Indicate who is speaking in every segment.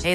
Speaker 1: Hey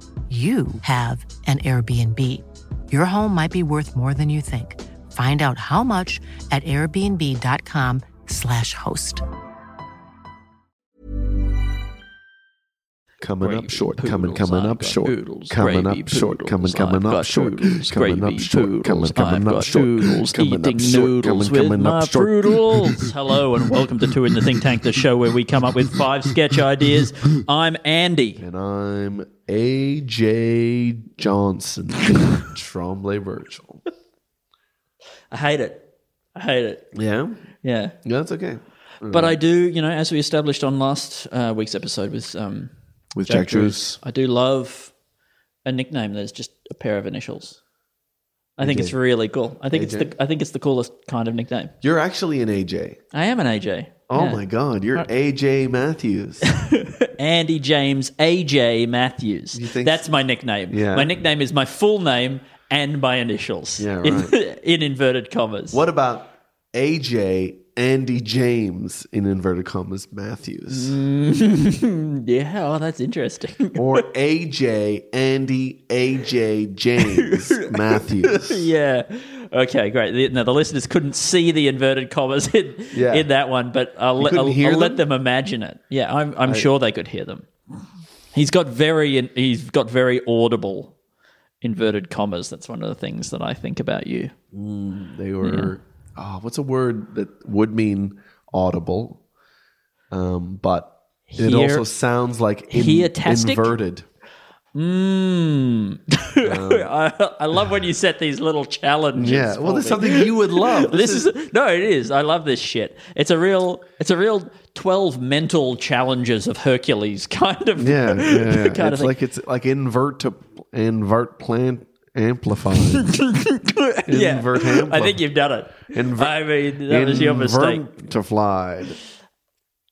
Speaker 1: you have an Airbnb. Your home might be worth more than you think. Find out how much at airbnb.com/slash host.
Speaker 2: coming
Speaker 3: Gravy
Speaker 2: up short,
Speaker 3: poodles,
Speaker 2: coming, coming
Speaker 3: I've
Speaker 2: up
Speaker 3: got
Speaker 2: short,
Speaker 3: poodles.
Speaker 2: coming
Speaker 3: Gravy
Speaker 2: up short, coming,
Speaker 3: poodles, I've
Speaker 2: coming up
Speaker 3: got
Speaker 2: short,
Speaker 3: poodles.
Speaker 2: coming up
Speaker 3: Gravy
Speaker 2: short, coming,
Speaker 3: poodles,
Speaker 2: coming
Speaker 3: I've
Speaker 2: up
Speaker 3: got
Speaker 2: short,
Speaker 3: poodles,
Speaker 2: coming up
Speaker 3: eating
Speaker 2: short,
Speaker 3: noodles
Speaker 2: coming,
Speaker 3: with
Speaker 2: coming
Speaker 3: my
Speaker 2: up short.
Speaker 3: poodles. Hello and welcome to Two in the Think Tank, the show where we come up with five sketch ideas. I'm Andy.
Speaker 2: And I'm AJ Johnson, Trombley Virgil.
Speaker 3: I hate it. I hate it.
Speaker 2: Yeah,
Speaker 3: Yeah.
Speaker 2: yeah, that's okay.
Speaker 3: But I do, you know, as we established on last uh, week's episode with um,
Speaker 2: With Jack, Drews,
Speaker 3: I do love a nickname that is just a pair of initials. I think it's really cool. I think
Speaker 2: AJ.
Speaker 3: it's the I think it's the coolest kind of nickname.
Speaker 2: you're actually an AJ.
Speaker 3: I am an AJ.
Speaker 2: Oh
Speaker 3: Yeah.
Speaker 2: my God, you're AJ Matthews.
Speaker 3: Andy James AJ Matthews.
Speaker 2: think-
Speaker 3: That's my nickname.
Speaker 2: Yeah.
Speaker 3: My nickname is my full name and my initials.
Speaker 2: Yeah, right.
Speaker 3: in, in inverted commas.
Speaker 2: what about AJ Andy James in inverted commas Matthews?
Speaker 3: Yeah, oh, that's interesting.
Speaker 2: or AJ Andy AJ James Matthews.
Speaker 3: yeah. Okay, great. The, now the listeners couldn't see the inverted commas in,
Speaker 2: Yeah.
Speaker 3: in that one, but I'll, let,
Speaker 2: couldn't
Speaker 3: I'll,
Speaker 2: hear
Speaker 3: I'll let
Speaker 2: them?
Speaker 3: them imagine it. Yeah, I'm, I'm sure they could hear them. He's got very he's got very audible inverted commas. That's one of the things that I think about you.
Speaker 2: They were oh, what's a word that would mean audible, um, but it
Speaker 3: Here-
Speaker 2: also sounds like in,
Speaker 3: Heotastic?
Speaker 2: inverted.
Speaker 3: Mm. I, I love when you set these little challenges.
Speaker 2: Um, Yeah,
Speaker 3: for
Speaker 2: well, that's
Speaker 3: me.
Speaker 2: something you would love.
Speaker 3: This is no, it is. I love this shit. It's a real, it's a real twelve mental challenges of Hercules kind of.
Speaker 2: yeah, yeah, yeah.
Speaker 3: kind of
Speaker 2: it's
Speaker 3: thing.
Speaker 2: like it's like invert to invert plant amplified.
Speaker 3: yeah.
Speaker 2: invert
Speaker 3: I
Speaker 2: amplified.
Speaker 3: think you've done it.
Speaker 2: Inver-
Speaker 3: I mean, that was your mistake.
Speaker 2: Invertified.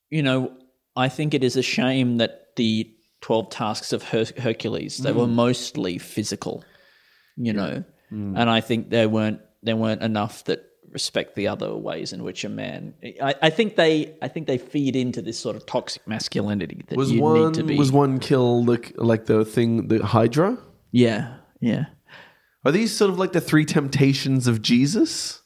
Speaker 3: You know, I think it is a shame that the twelve tasks of Her- Hercules they
Speaker 2: Mm.
Speaker 3: were mostly physical. You know,
Speaker 2: Mm.
Speaker 3: and I think there weren't there weren't enough that respect the other ways in which a man. I, I think they I think they feed into this sort of toxic masculinity that
Speaker 2: Was
Speaker 3: you
Speaker 2: one
Speaker 3: need to be.
Speaker 2: was one kill the, like the thing the Hydra?
Speaker 3: Yeah, yeah.
Speaker 2: Are these sort of like the three temptations of Jesus?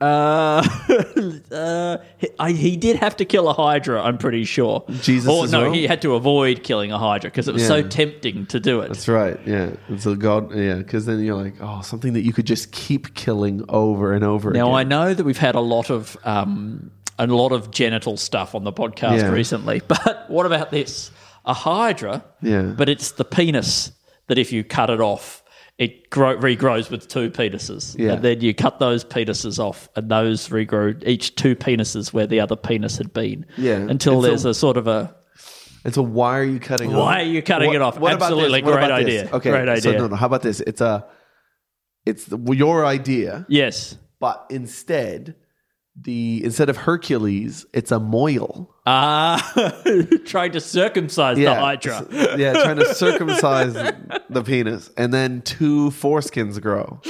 Speaker 3: Uh, uh, he, I, he did have to kill a hydra. I'm pretty sure.
Speaker 2: Jesus
Speaker 3: or
Speaker 2: as
Speaker 3: no,
Speaker 2: well?
Speaker 3: he had to avoid killing a hydra because it was so
Speaker 2: Yeah.
Speaker 3: tempting to do it.
Speaker 2: That's right. Yeah. And so God, yeah, because then you're like, oh, something that you could just keep killing over and over
Speaker 3: Now I
Speaker 2: again.
Speaker 3: know that we've had a lot of um, a lot of genital stuff on the podcast
Speaker 2: Yeah.
Speaker 3: recently, but what about this? A hydra,
Speaker 2: Yeah.
Speaker 3: but it's the penis that if you cut it off, it grow, regrows with two penises,
Speaker 2: Yeah.
Speaker 3: and then you cut those penises off, and those regrow each two penises where the other penis had been,
Speaker 2: Yeah.
Speaker 3: until
Speaker 2: It's
Speaker 3: there's
Speaker 2: a-
Speaker 3: a sort of a
Speaker 2: And so why are you cutting? it
Speaker 3: Why
Speaker 2: off?
Speaker 3: are you cutting it off?
Speaker 2: about
Speaker 3: Absolutely.
Speaker 2: this? What
Speaker 3: Great
Speaker 2: about this?
Speaker 3: idea.
Speaker 2: Okay.
Speaker 3: Great
Speaker 2: So
Speaker 3: idea.
Speaker 2: no, no. How about this? It's a, it's the, your idea,
Speaker 3: yes.
Speaker 2: but instead, the instead of Hercules, it's a moil.
Speaker 3: Ah, trying to circumcise the hydra.
Speaker 2: S- yeah, trying to circumcise the penis, and then two foreskins grow.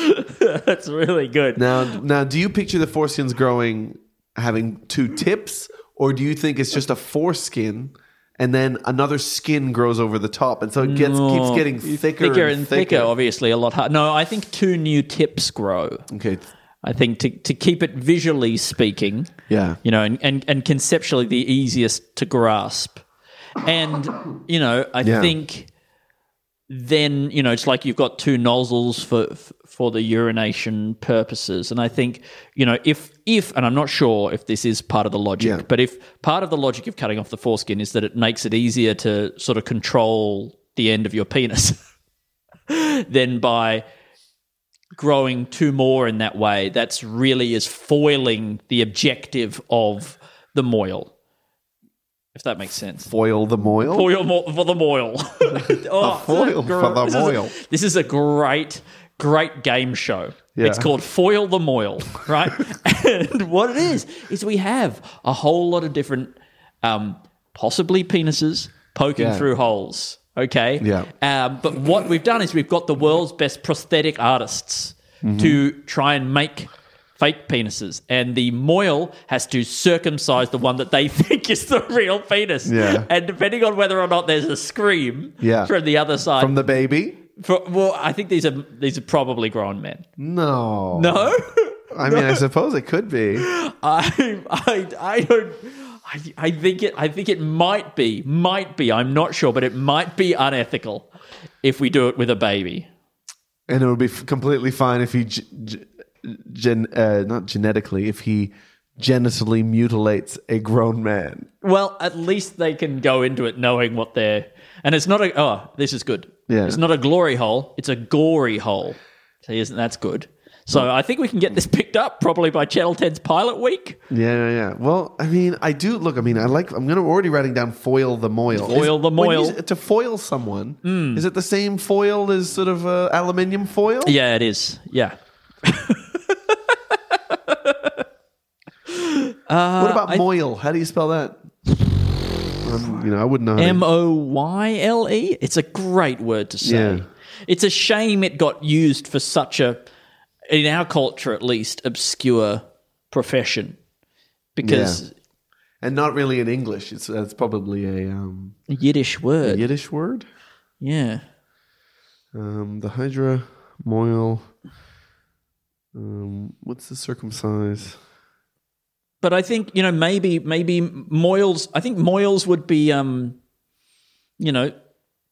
Speaker 3: That's really good.
Speaker 2: Now, now, do you picture the foreskins growing having two tips, or do you think it's just a foreskin and then another skin grows over the top, and so it gets keeps getting thicker,
Speaker 3: thicker
Speaker 2: and,
Speaker 3: and thicker, obviously, a lot harder. No, I think two new tips grow.
Speaker 2: Okay, th-
Speaker 3: I think to, to keep it visually speaking,
Speaker 2: yeah,
Speaker 3: you know, and, and, and conceptually the easiest to grasp. And, you know, I
Speaker 2: Yeah.
Speaker 3: think then, you know, it's like you've got two nozzles for f- for the urination purposes. And I think, you know, if if and I'm not sure if this is part of the logic,
Speaker 2: Yeah.
Speaker 3: but if part of the logic of cutting off the foreskin is that it makes it easier to sort of control the end of your penis then by growing two more in that way, that's really is foiling the objective of the moil. if that makes sense.
Speaker 2: Foil the moil.
Speaker 3: Foil mo- for the moil. oh,
Speaker 2: foil
Speaker 3: this is a
Speaker 2: for the
Speaker 3: this is a-
Speaker 2: moil.
Speaker 3: this is a great, great game show.
Speaker 2: Yeah.
Speaker 3: It's called Foil the Moil, right? and what it is is we have a whole lot of different, um, possibly penises poking
Speaker 2: Yeah.
Speaker 3: through holes. Okay.
Speaker 2: Yeah.
Speaker 3: Um, but what we've done is we've got the world's best prosthetic artists
Speaker 2: Mm-hmm.
Speaker 3: to try and make fake penises, and the moil has to circumcise the one that they think is the real penis.
Speaker 2: Yeah.
Speaker 3: And depending on whether or not there's a scream
Speaker 2: Yeah.
Speaker 3: from the other side,
Speaker 2: From the baby?
Speaker 3: for, well, I think these are these are probably grown men.
Speaker 2: No.
Speaker 3: No,
Speaker 2: I mean, I suppose it could be.
Speaker 3: I I I don't. I, I think it. I think it might be. Might be. I'm not sure, but it might be unethical if we do it with a baby.
Speaker 2: And it would be f- completely fine if he, g- g- gen- uh, not genetically, if he genitally mutilates a grown man.
Speaker 3: Well, at least they can go into it knowing what they're. And it's not a. Oh, this is good.
Speaker 2: Yeah.
Speaker 3: It's not a glory hole. It's a gory hole. So isn't that's good. So I think we can get this picked up probably by Channel 10's pilot week.
Speaker 2: Yeah, yeah, yeah. Well, I mean, I do look. I mean, I like. I'm gonna already writing down foil the moil.
Speaker 3: Foil the
Speaker 2: when you
Speaker 3: moil. Hmm.
Speaker 2: s- to foil someone. Is it the same foil as sort of uh, aluminium foil?
Speaker 3: Yeah, it is. Yeah.
Speaker 2: what about
Speaker 3: Uh, I-
Speaker 2: moil? How do you spell that? Um, you know, I wouldn't know. how to-
Speaker 3: M O Y L E. It's a great word to say.
Speaker 2: Yeah.
Speaker 3: It's a shame it got used for such a, in our culture at least, obscure profession. Because
Speaker 2: and not really in English. It's that's probably a um,
Speaker 3: Yiddish word.
Speaker 2: Yiddish word.
Speaker 3: yeah.
Speaker 2: Um, the Hydra, Moil. Um, what's the circumcise?
Speaker 3: but I think you know maybe maybe Moyles. I think Moyles would be, um, you know,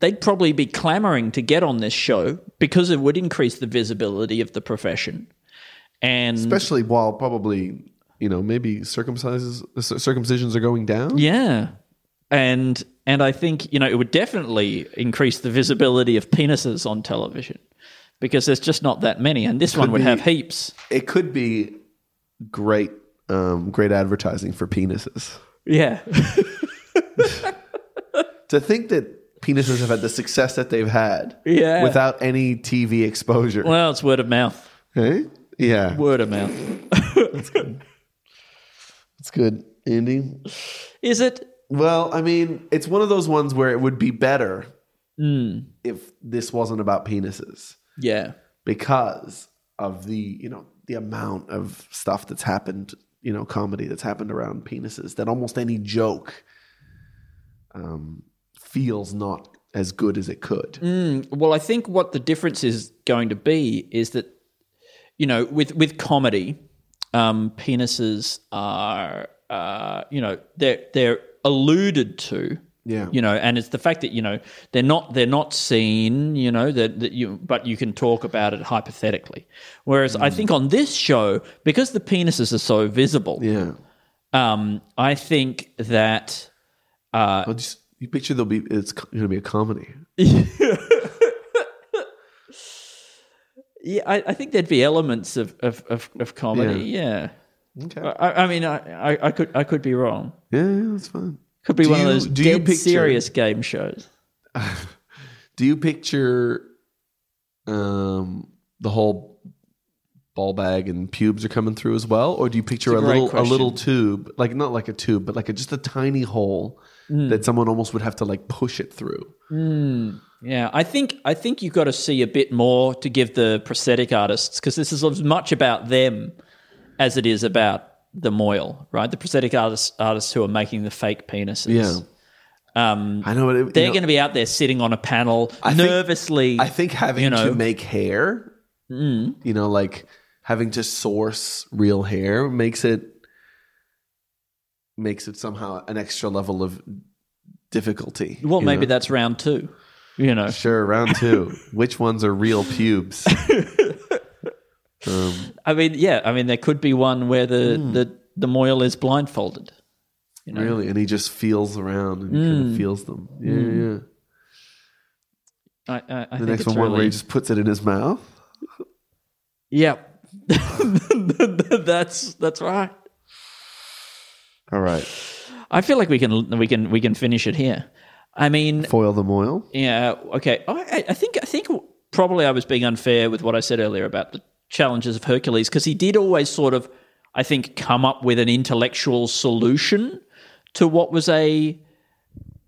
Speaker 3: they'd probably be clamoring to get on this show because it would increase the visibility of the profession. And
Speaker 2: Especially while probably you know maybe circumcises cir- circumcisions are going down.
Speaker 3: yeah, and and I think you know it would definitely increase the visibility of penises on television because there's just not that many, and this one would
Speaker 2: be-
Speaker 3: have heaps.
Speaker 2: It could be great, um, great advertising for penises.
Speaker 3: Yeah,
Speaker 2: To think that penises have had the success that they've had,
Speaker 3: Yeah.
Speaker 2: without any TV exposure.
Speaker 3: well, it's word of mouth.
Speaker 2: Hey? Yeah,
Speaker 3: Word of mouth.
Speaker 2: that's good, Andy.
Speaker 3: Is it?
Speaker 2: Well, I mean, it's one of those ones where it would be better
Speaker 3: Hmm.
Speaker 2: if this wasn't about penises
Speaker 3: Yeah.
Speaker 2: because of the, you know, the amount of stuff that's happened, you know, comedy that's happened around penises that almost any joke um, feels not as good as it could.
Speaker 3: Well, I think what the difference is going to be is that, you know, with with comedy, um, penises are, uh, you know, they're they're alluded to.
Speaker 2: Yeah.
Speaker 3: You know, and it's the fact that you know they're not they're not seen. You know that that you but you can talk about it hypothetically. Whereas
Speaker 2: Mm.
Speaker 3: I think on this show, because the penises are so visible,
Speaker 2: Yeah.
Speaker 3: um, I think that
Speaker 2: I'll just, you picture there'll be, it's going to be a comedy.
Speaker 3: yeah, I, I think there'd be elements of of of, of comedy. yeah.
Speaker 2: Okay.
Speaker 3: I, I mean, I, I, I could I could be wrong.
Speaker 2: Yeah, yeah, that's fine.
Speaker 3: Could be
Speaker 2: Do
Speaker 3: one of
Speaker 2: you-
Speaker 3: those
Speaker 2: do you
Speaker 3: dead
Speaker 2: picture-
Speaker 3: serious game shows.
Speaker 2: Do you picture um, the whole ball bag and pubes are coming through as well, or do you picture a,
Speaker 3: great
Speaker 2: little a
Speaker 3: question.
Speaker 2: little tube, like not like a tube, but like a, just a tiny hole that someone almost would have to like push it through?
Speaker 3: Yeah, I think I think you've got to see a bit more to give the prosthetic artists because this is as much about them as it is about the moil, right? The prosthetic artists artists who are making the fake penises.
Speaker 2: Yeah. I know it, you
Speaker 3: Um, They're
Speaker 2: know,
Speaker 3: going to be out there sitting on a panel
Speaker 2: think-
Speaker 3: nervously.
Speaker 2: I think having
Speaker 3: you know- Mm.
Speaker 2: to make hair, you know, like having to source real hair makes it makes it somehow an extra level of difficulty.
Speaker 3: well,
Speaker 2: you know?
Speaker 3: maybe that's round two. You know,
Speaker 2: Sure, round two. Which ones are real pubes? Um,
Speaker 3: I mean, yeah, I mean, there could be one where the
Speaker 2: Hmm.
Speaker 3: the, the moil is blindfolded.
Speaker 2: Really? And he just feels around and kind
Speaker 3: Mm.
Speaker 2: of feels them. Yeah, yeah, yeah.
Speaker 3: I, I, I
Speaker 2: The
Speaker 3: think
Speaker 2: next
Speaker 3: it's
Speaker 2: one where
Speaker 3: really-
Speaker 2: he just puts it in his mouth.
Speaker 3: Yeah. that's that's right.
Speaker 2: All right.
Speaker 3: I feel like we can we can we can finish it here. I mean,
Speaker 2: Foil the moil.
Speaker 3: yeah, okay. I, I- I think I think probably I was being unfair with what I said earlier about the challenges of Hercules because he did always sort of, I think, come up with an intellectual solution to what was a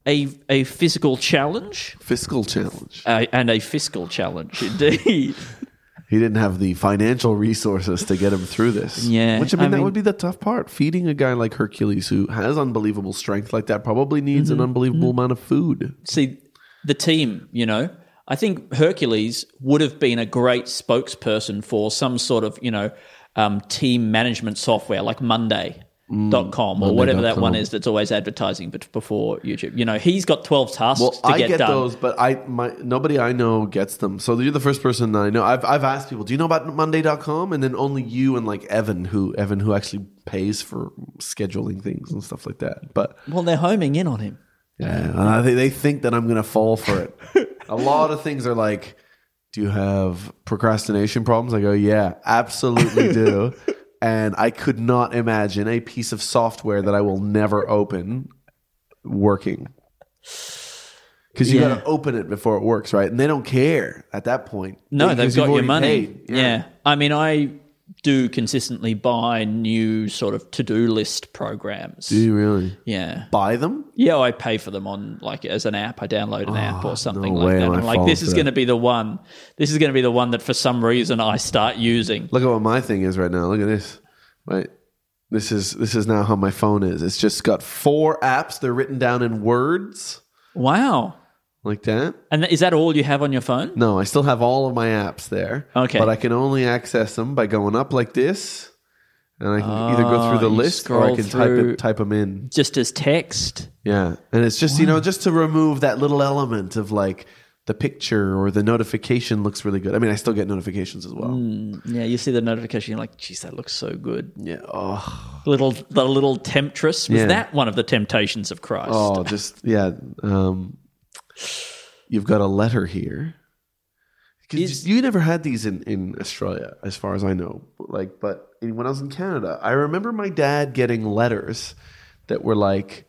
Speaker 3: a a physical challenge
Speaker 2: Fiscal challenge.
Speaker 3: uh, and a fiscal challenge indeed.
Speaker 2: He didn't have the financial resources to get him through this.
Speaker 3: Yeah,
Speaker 2: Which I mean,
Speaker 3: I
Speaker 2: that
Speaker 3: mean-
Speaker 2: would be the tough part. Feeding a guy like Hercules who has unbelievable strength like that probably needs
Speaker 3: Mm-hmm.
Speaker 2: an unbelievable amount of food.
Speaker 3: see the team, you know. I think Hercules would have been a great spokesperson for some sort of, you know, um, team management software like Monday.com
Speaker 2: Mm.
Speaker 3: or whatever that one is that's always advertising but before YouTube. You know, he's got 12 tasks
Speaker 2: Well,
Speaker 3: to
Speaker 2: I
Speaker 3: get,
Speaker 2: get
Speaker 3: done.
Speaker 2: those, but I my nobody I know gets them. So you're the first person I know. I've I've asked people, do you know about Monday.com? And then only you and like Evan, who Evan who actually pays for scheduling things and stuff like that. But
Speaker 3: Well, they're homing in on him.
Speaker 2: Yeah, uh, they, they think that I'm going to fall for it. a lot of things are like, do you have procrastination problems? I go, yeah, absolutely do. and I could not imagine a piece of software that I will never open working. Because you
Speaker 3: Yeah.
Speaker 2: got to open it before it works, right? And they don't care at that point.
Speaker 3: No,
Speaker 2: Because
Speaker 3: they've
Speaker 2: you've
Speaker 3: got your
Speaker 2: already
Speaker 3: money.
Speaker 2: paid.
Speaker 3: Yeah. I mean, I do consistently buy new sort of to-do list programs.
Speaker 2: Do you really
Speaker 3: Yeah.
Speaker 2: buy them?
Speaker 3: Yeah, I pay for them on like as an app. I download an app or something
Speaker 2: no
Speaker 3: like
Speaker 2: Ah, way
Speaker 3: that.
Speaker 2: am I
Speaker 3: I'm like, this
Speaker 2: falling
Speaker 3: is
Speaker 2: for
Speaker 3: going
Speaker 2: that.
Speaker 3: to be the one. This is going to be the one that for some reason I start using.
Speaker 2: Look at what my thing is right now. Look at this. Right. This is this is now how my phone is. It's just got four apps. They're written down in words
Speaker 3: Wow.
Speaker 2: like that.
Speaker 3: And th- is that all you have on your phone?
Speaker 2: No, I still have all of my apps there.
Speaker 3: Okay.
Speaker 2: But I can only access them by going up like this. And I can either go through the
Speaker 3: Ah, you
Speaker 2: list or I
Speaker 3: scroll
Speaker 2: can type
Speaker 3: through-
Speaker 2: it, type them in.
Speaker 3: Just as text.
Speaker 2: Yeah. And it's just, you know, just to remove that little element of like the picture or the notification looks really good. I mean, I still get notifications as well.
Speaker 3: Yeah, you see the notification. You're like, geez, that looks so good.
Speaker 2: Yeah. Oh.
Speaker 3: Little the little temptress was
Speaker 2: Yeah.
Speaker 3: that one of the temptations of Christ?
Speaker 2: Oh, just yeah. Um, you've got a letter here. 'Cause
Speaker 3: Is-
Speaker 2: you never had these in, in Australia, as far as I know. Like, but in, when I was in Canada, I remember my dad getting letters that were like,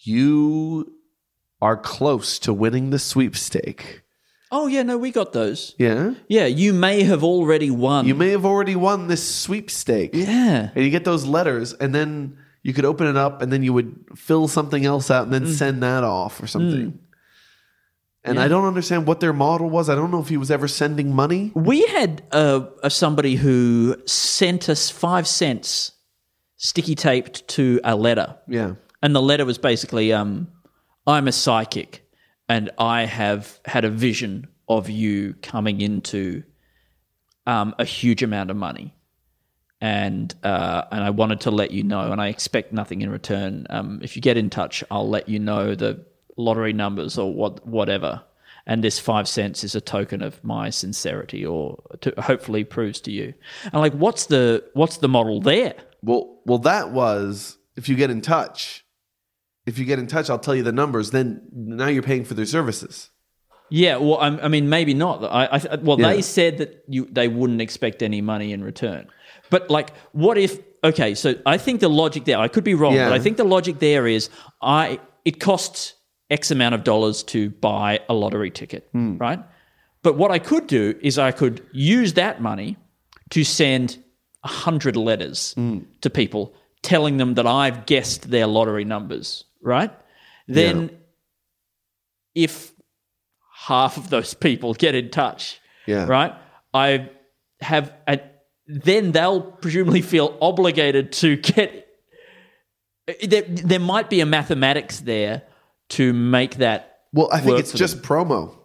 Speaker 2: "You are close to winning the sweepstake."
Speaker 3: Oh yeah, no, we got those.
Speaker 2: Yeah,
Speaker 3: Yeah, you may have already won.
Speaker 2: you may have already won this sweepstake.
Speaker 3: yeah.
Speaker 2: and you get those letters, and then you could open it up, and then you would fill something else out, and then send that off or something. And I don't understand what their model was. I don't know if he was ever sending money.
Speaker 3: We had uh, uh, somebody who sent us five cents sticky taped to a letter.
Speaker 2: Yeah,
Speaker 3: And the letter was basically um, I'm a psychic and I have had a vision of you coming into um, a huge amount of money. And uh, and I wanted to let you know, and I expect nothing in return. Um, if you get in touch, I'll let you know the lottery numbers or what whatever. And this five cents is a token of my sincerity, or to, hopefully proves to you. And like, what's the what's the model there?
Speaker 2: Well, well, that was if you get in touch. If you get in touch, I'll tell you the numbers. Then now you're paying for their services.
Speaker 3: Yeah, well, I, I mean, maybe not. I, I well,
Speaker 2: Yeah.
Speaker 3: they said that you they wouldn't expect any money in return. But like, what if? Okay, so I think the logic there. I could be wrong,
Speaker 2: Yeah.
Speaker 3: but I think the logic there is I it costs X amount of dollars to buy a lottery ticket,
Speaker 2: Hmm.
Speaker 3: right? But what I could do is I could use that money to send a hundred letters
Speaker 2: Hmm.
Speaker 3: to people telling them that I've guessed their lottery numbers, right? Then if half of those people get in touch.
Speaker 2: Yeah.
Speaker 3: Right? I have and then they'll presumably feel obligated to get there, there might be a mathematics there to make that
Speaker 2: Well, I think
Speaker 3: Work
Speaker 2: it's
Speaker 3: for
Speaker 2: just promo.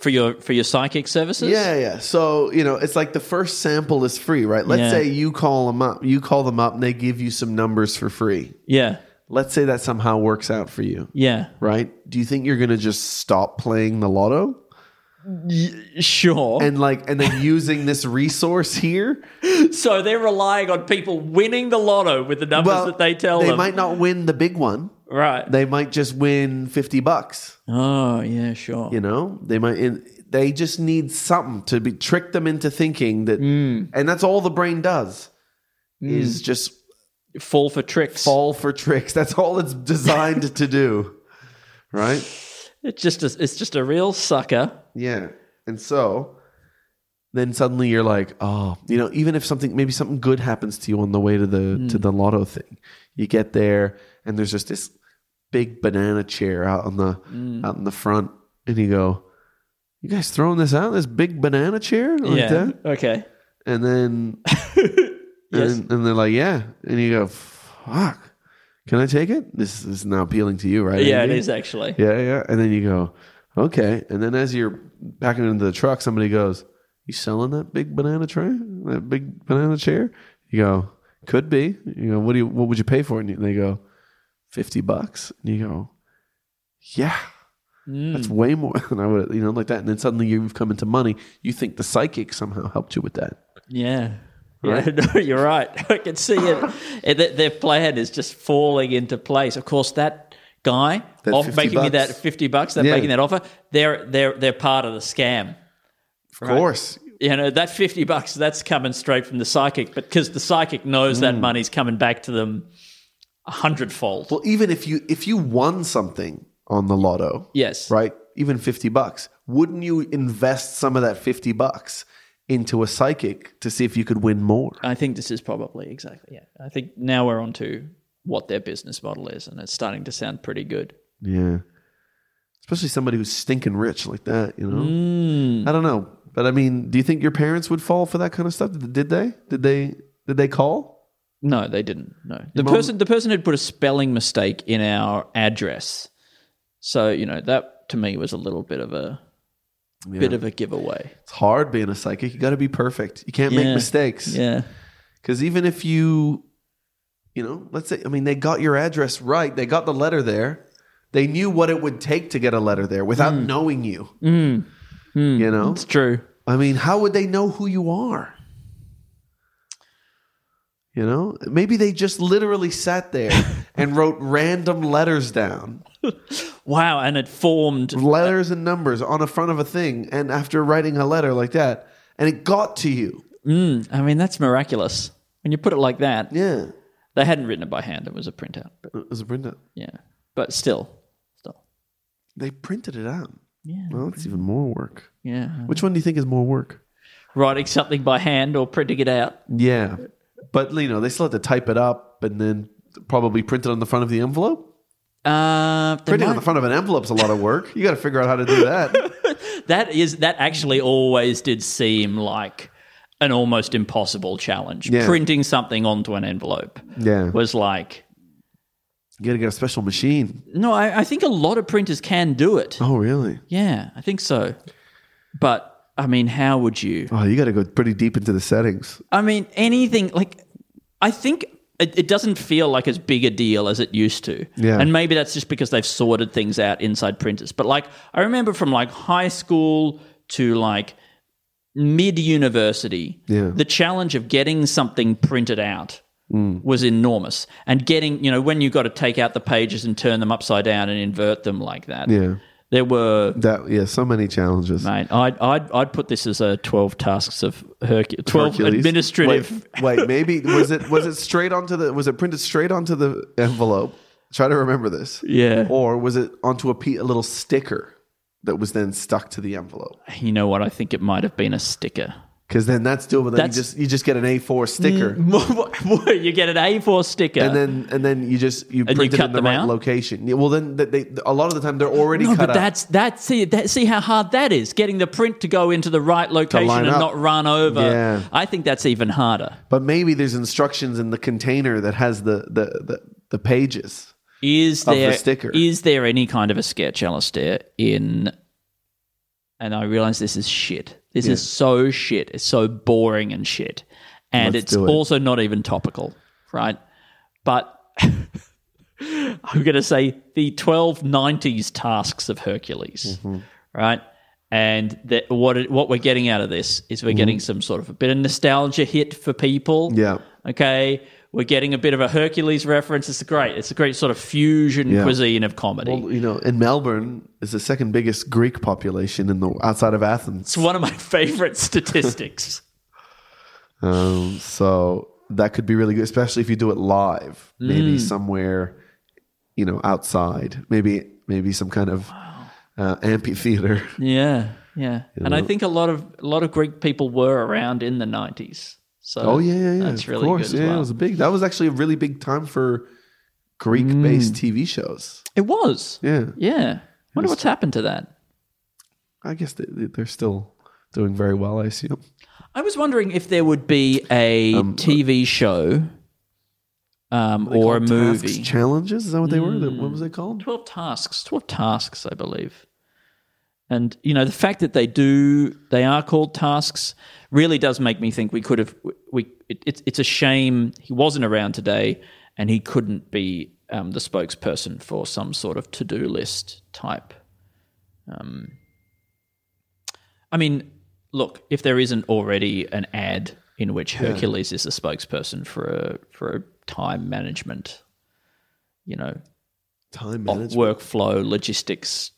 Speaker 3: for your for your psychic services.
Speaker 2: Yeah, yeah. So you know, it's like the first sample is free, right? Let's
Speaker 3: Yeah.
Speaker 2: say you call them up, you call them up, and they give you some numbers for free.
Speaker 3: Yeah.
Speaker 2: Let's say that somehow works out for you,
Speaker 3: Yeah.
Speaker 2: right? Do you think you're going to just stop playing the lotto
Speaker 3: Sure.
Speaker 2: and like and then using this resource here?
Speaker 3: so they're relying on people winning the lotto with the numbers that they tell
Speaker 2: they
Speaker 3: them.
Speaker 2: might not win the big one.
Speaker 3: right.
Speaker 2: They might just win 50 bucks,
Speaker 3: oh, yeah, sure.
Speaker 2: you know? They might in, they just need something to be
Speaker 3: Mm.
Speaker 2: trick them into thinking that and that's all the brain does is just
Speaker 3: fall for tricks.
Speaker 2: fall for tricks. That's all it's designed to do. Right?
Speaker 3: It's just a, it's just a real sucker.
Speaker 2: Yeah. And so then suddenly you're like, oh, you know, even if something maybe something good happens to you on the way to the
Speaker 3: Hmm.
Speaker 2: to the lotto thing. You get there and there's just this big banana chair out on the
Speaker 3: Hmm.
Speaker 2: out in the front and you go, You guys throwing this out, this big banana chair? Like
Speaker 3: yeah.
Speaker 2: that?
Speaker 3: Okay.
Speaker 2: And then
Speaker 3: Yes.
Speaker 2: and, and they're like, Yeah. And you go, Fuck. Can I take it? This is now appealing to you, right?
Speaker 3: yeah, it
Speaker 2: Andy?
Speaker 3: is actually.
Speaker 2: Yeah, yeah. And then you go, okay. And then as you're packing it into the truck, somebody goes, You selling that big banana tray? That big banana chair? You go, Could be. You go, What do you what would you pay for it? And they go, fifty bucks. And you go, Yeah. That's way more than I would you know, like that. And then suddenly you've come into money. You think the psychic somehow helped you with that.
Speaker 3: Yeah. Yeah, no, you're right. I can see it. it. th- Their plan is just falling into place. Of course, that guy
Speaker 2: That
Speaker 3: off
Speaker 2: 50
Speaker 3: making me
Speaker 2: bucks.
Speaker 3: that fifty bucks, that
Speaker 2: Yeah.
Speaker 3: making that offer, they're they're they're part of the scam.
Speaker 2: Of course.
Speaker 3: You know that fifty bucks that's coming straight from the psychic, but because the psychic knows that
Speaker 2: Hmm.
Speaker 3: money's coming back to them a hundredfold.
Speaker 2: Well, even if you if you won something on the lotto,
Speaker 3: yes,
Speaker 2: right? Even 50 bucks. Wouldn't you invest some of that 50 bucks into a psychic to see if you could win more?
Speaker 3: I think this is probably exactly. Yeah, I think now we're on to what their business model is, and it's starting to sound pretty good.
Speaker 2: Yeah. Especially somebody who's stinking rich like that, you know?
Speaker 3: Mm.
Speaker 2: I don't know. But I mean, do you think your parents would fall for that kind of stuff? Did did they? Did they did they call?
Speaker 3: No, they didn't. No, the
Speaker 2: mum-
Speaker 3: person the person had put a spelling mistake in our address, so you know that to me was a little bit of a bit of a giveaway.
Speaker 2: It's hard being a psychic. You got to be perfect. You can't
Speaker 3: Yeah.
Speaker 2: make mistakes.
Speaker 3: Yeah,
Speaker 2: Because even if you, you know, let's say, I mean, they got your address right, they got the letter there, they knew what it would take to get a letter there without knowing you. You know,
Speaker 3: it's true.
Speaker 2: I mean, how would they know who you are? You know, maybe they just literally sat there and wrote random letters down,
Speaker 3: Wow, and it formed.
Speaker 2: letters and numbers on the front of a thing. And after writing a letter like that, and it got to you.
Speaker 3: I mean, that's miraculous. When you put it like that,
Speaker 2: Yeah.
Speaker 3: they hadn't written it by hand; it was a printout. But
Speaker 2: It was a printout.
Speaker 3: yeah, but still, still,
Speaker 2: They printed it out.
Speaker 3: yeah,
Speaker 2: Well, that's even more work.
Speaker 3: yeah.
Speaker 2: Which one do you think is more work?
Speaker 3: Writing something by hand or printing it out.
Speaker 2: Yeah. But, you know, they still had to type it up and then probably print it on the front of the envelope.
Speaker 3: Uh, they
Speaker 2: Printing on
Speaker 3: might-
Speaker 2: the front of an envelope's a lot of work. You got to figure out how to do that.
Speaker 3: That is that actually always did seem like an almost impossible challenge.
Speaker 2: Yeah.
Speaker 3: Printing something onto an envelope
Speaker 2: Yeah.
Speaker 3: was like
Speaker 2: You got to get a special machine.
Speaker 3: no. I, I think a lot of printers can do it.
Speaker 2: Oh, really?
Speaker 3: Yeah, I think so. But I mean, how would you?
Speaker 2: Oh, you got to go pretty deep into the settings.
Speaker 3: I mean, anything like I think it, it doesn't feel like as big a deal as it used to.
Speaker 2: Yeah.
Speaker 3: And maybe that's just because they've sorted things out inside printers. But like I remember from like high school to like mid university,
Speaker 2: Yeah.
Speaker 3: the challenge of getting something printed out
Speaker 2: Hmm.
Speaker 3: was enormous. And getting, you know, when you got to take out the pages and turn them upside down and invert them like that.
Speaker 2: Yeah.
Speaker 3: There were
Speaker 2: That, yeah, so many challenges.
Speaker 3: Mate, I'd, I'd, I'd put this as a 12 tasks of Hercules, 12
Speaker 2: Hercules.
Speaker 3: administrative
Speaker 2: Wait, wait, maybe was it was it straight onto the was it printed straight onto the envelope? Try to remember this.
Speaker 3: Yeah.
Speaker 2: Or was it onto a, pe- a little sticker that was then stuck to the envelope?
Speaker 3: You know what? I think it might have been a sticker.
Speaker 2: Because then that's doable. Then
Speaker 3: That's- Mm,
Speaker 2: you just you just get an A4 sticker,
Speaker 3: you get an A4 sticker.
Speaker 2: and then and then you just you
Speaker 3: you
Speaker 2: print it
Speaker 3: cut
Speaker 2: in the
Speaker 3: them
Speaker 2: right
Speaker 3: out?
Speaker 2: location. Yeah, well, then th- they, a lot of the time they're already
Speaker 3: no,
Speaker 2: cut
Speaker 3: but
Speaker 2: out.
Speaker 3: that's that. See that. See how hard that is getting the print to go into the right location
Speaker 2: line
Speaker 3: and
Speaker 2: up.
Speaker 3: not run over.
Speaker 2: Yeah.
Speaker 3: I think that's even harder.
Speaker 2: but maybe there's instructions in the container that has the the the, the pages.
Speaker 3: Is
Speaker 2: Of the
Speaker 3: there is
Speaker 2: sticker.
Speaker 3: there any kind of a sketch, Alistair? In and I realize this is shit. This is so shit. It's so boring and shit, and
Speaker 2: Let's
Speaker 3: it's
Speaker 2: do it.
Speaker 3: also not even topical, right? But I'm going to say the 1290s tasks of Hercules,
Speaker 2: Mm-hmm.
Speaker 3: right? And that what it, what we're getting out of this is we're getting some sort of a bit of nostalgia hit for people.
Speaker 2: Mm-hmm. Yeah.
Speaker 3: Okay. We're getting a bit of a Hercules reference. It's great. It's a great sort of fusion
Speaker 2: Yeah.
Speaker 3: cuisine of comedy.
Speaker 2: Well, you know, in Melbourne is the second biggest Greek population in the outside of Athens.
Speaker 3: it's one of my favorite statistics.
Speaker 2: Um, so that could be really good, especially if you do it live,
Speaker 3: Mm.
Speaker 2: maybe somewhere, you know, outside, maybe maybe some kind of uh, amphitheater.
Speaker 3: Yeah, yeah. And I think a lot of a lot of Greek people were around in the nineties. So
Speaker 2: Oh yeah, yeah, yeah.
Speaker 3: that's
Speaker 2: of
Speaker 3: really
Speaker 2: course.
Speaker 3: good.
Speaker 2: yeah,
Speaker 3: as well.
Speaker 2: it was a big. That was actually a really big time for
Speaker 3: Mm.
Speaker 2: Greek-based TV shows.
Speaker 3: It was.
Speaker 2: Yeah,
Speaker 3: Yeah. Wonder what's happened to that.
Speaker 2: I guess they, they- they're still doing very well. I assume.
Speaker 3: I was wondering if there would be a TV show um, or a
Speaker 2: Called Tasks
Speaker 3: movie. Mm.
Speaker 2: challenges. Is that what they were? What was it called?
Speaker 3: 12 tasks 12 tasks i believe and you know the fact that they do they are called tasks really does make me think we could have we it, it's it's a shame he wasn't around today and he couldn't be um, the spokesperson for some sort of to-do list type um, i mean look if there isn't already an ad in which hercules is the spokesperson for a for a time management you know
Speaker 2: Time
Speaker 3: op-
Speaker 2: management.
Speaker 3: workflow logistics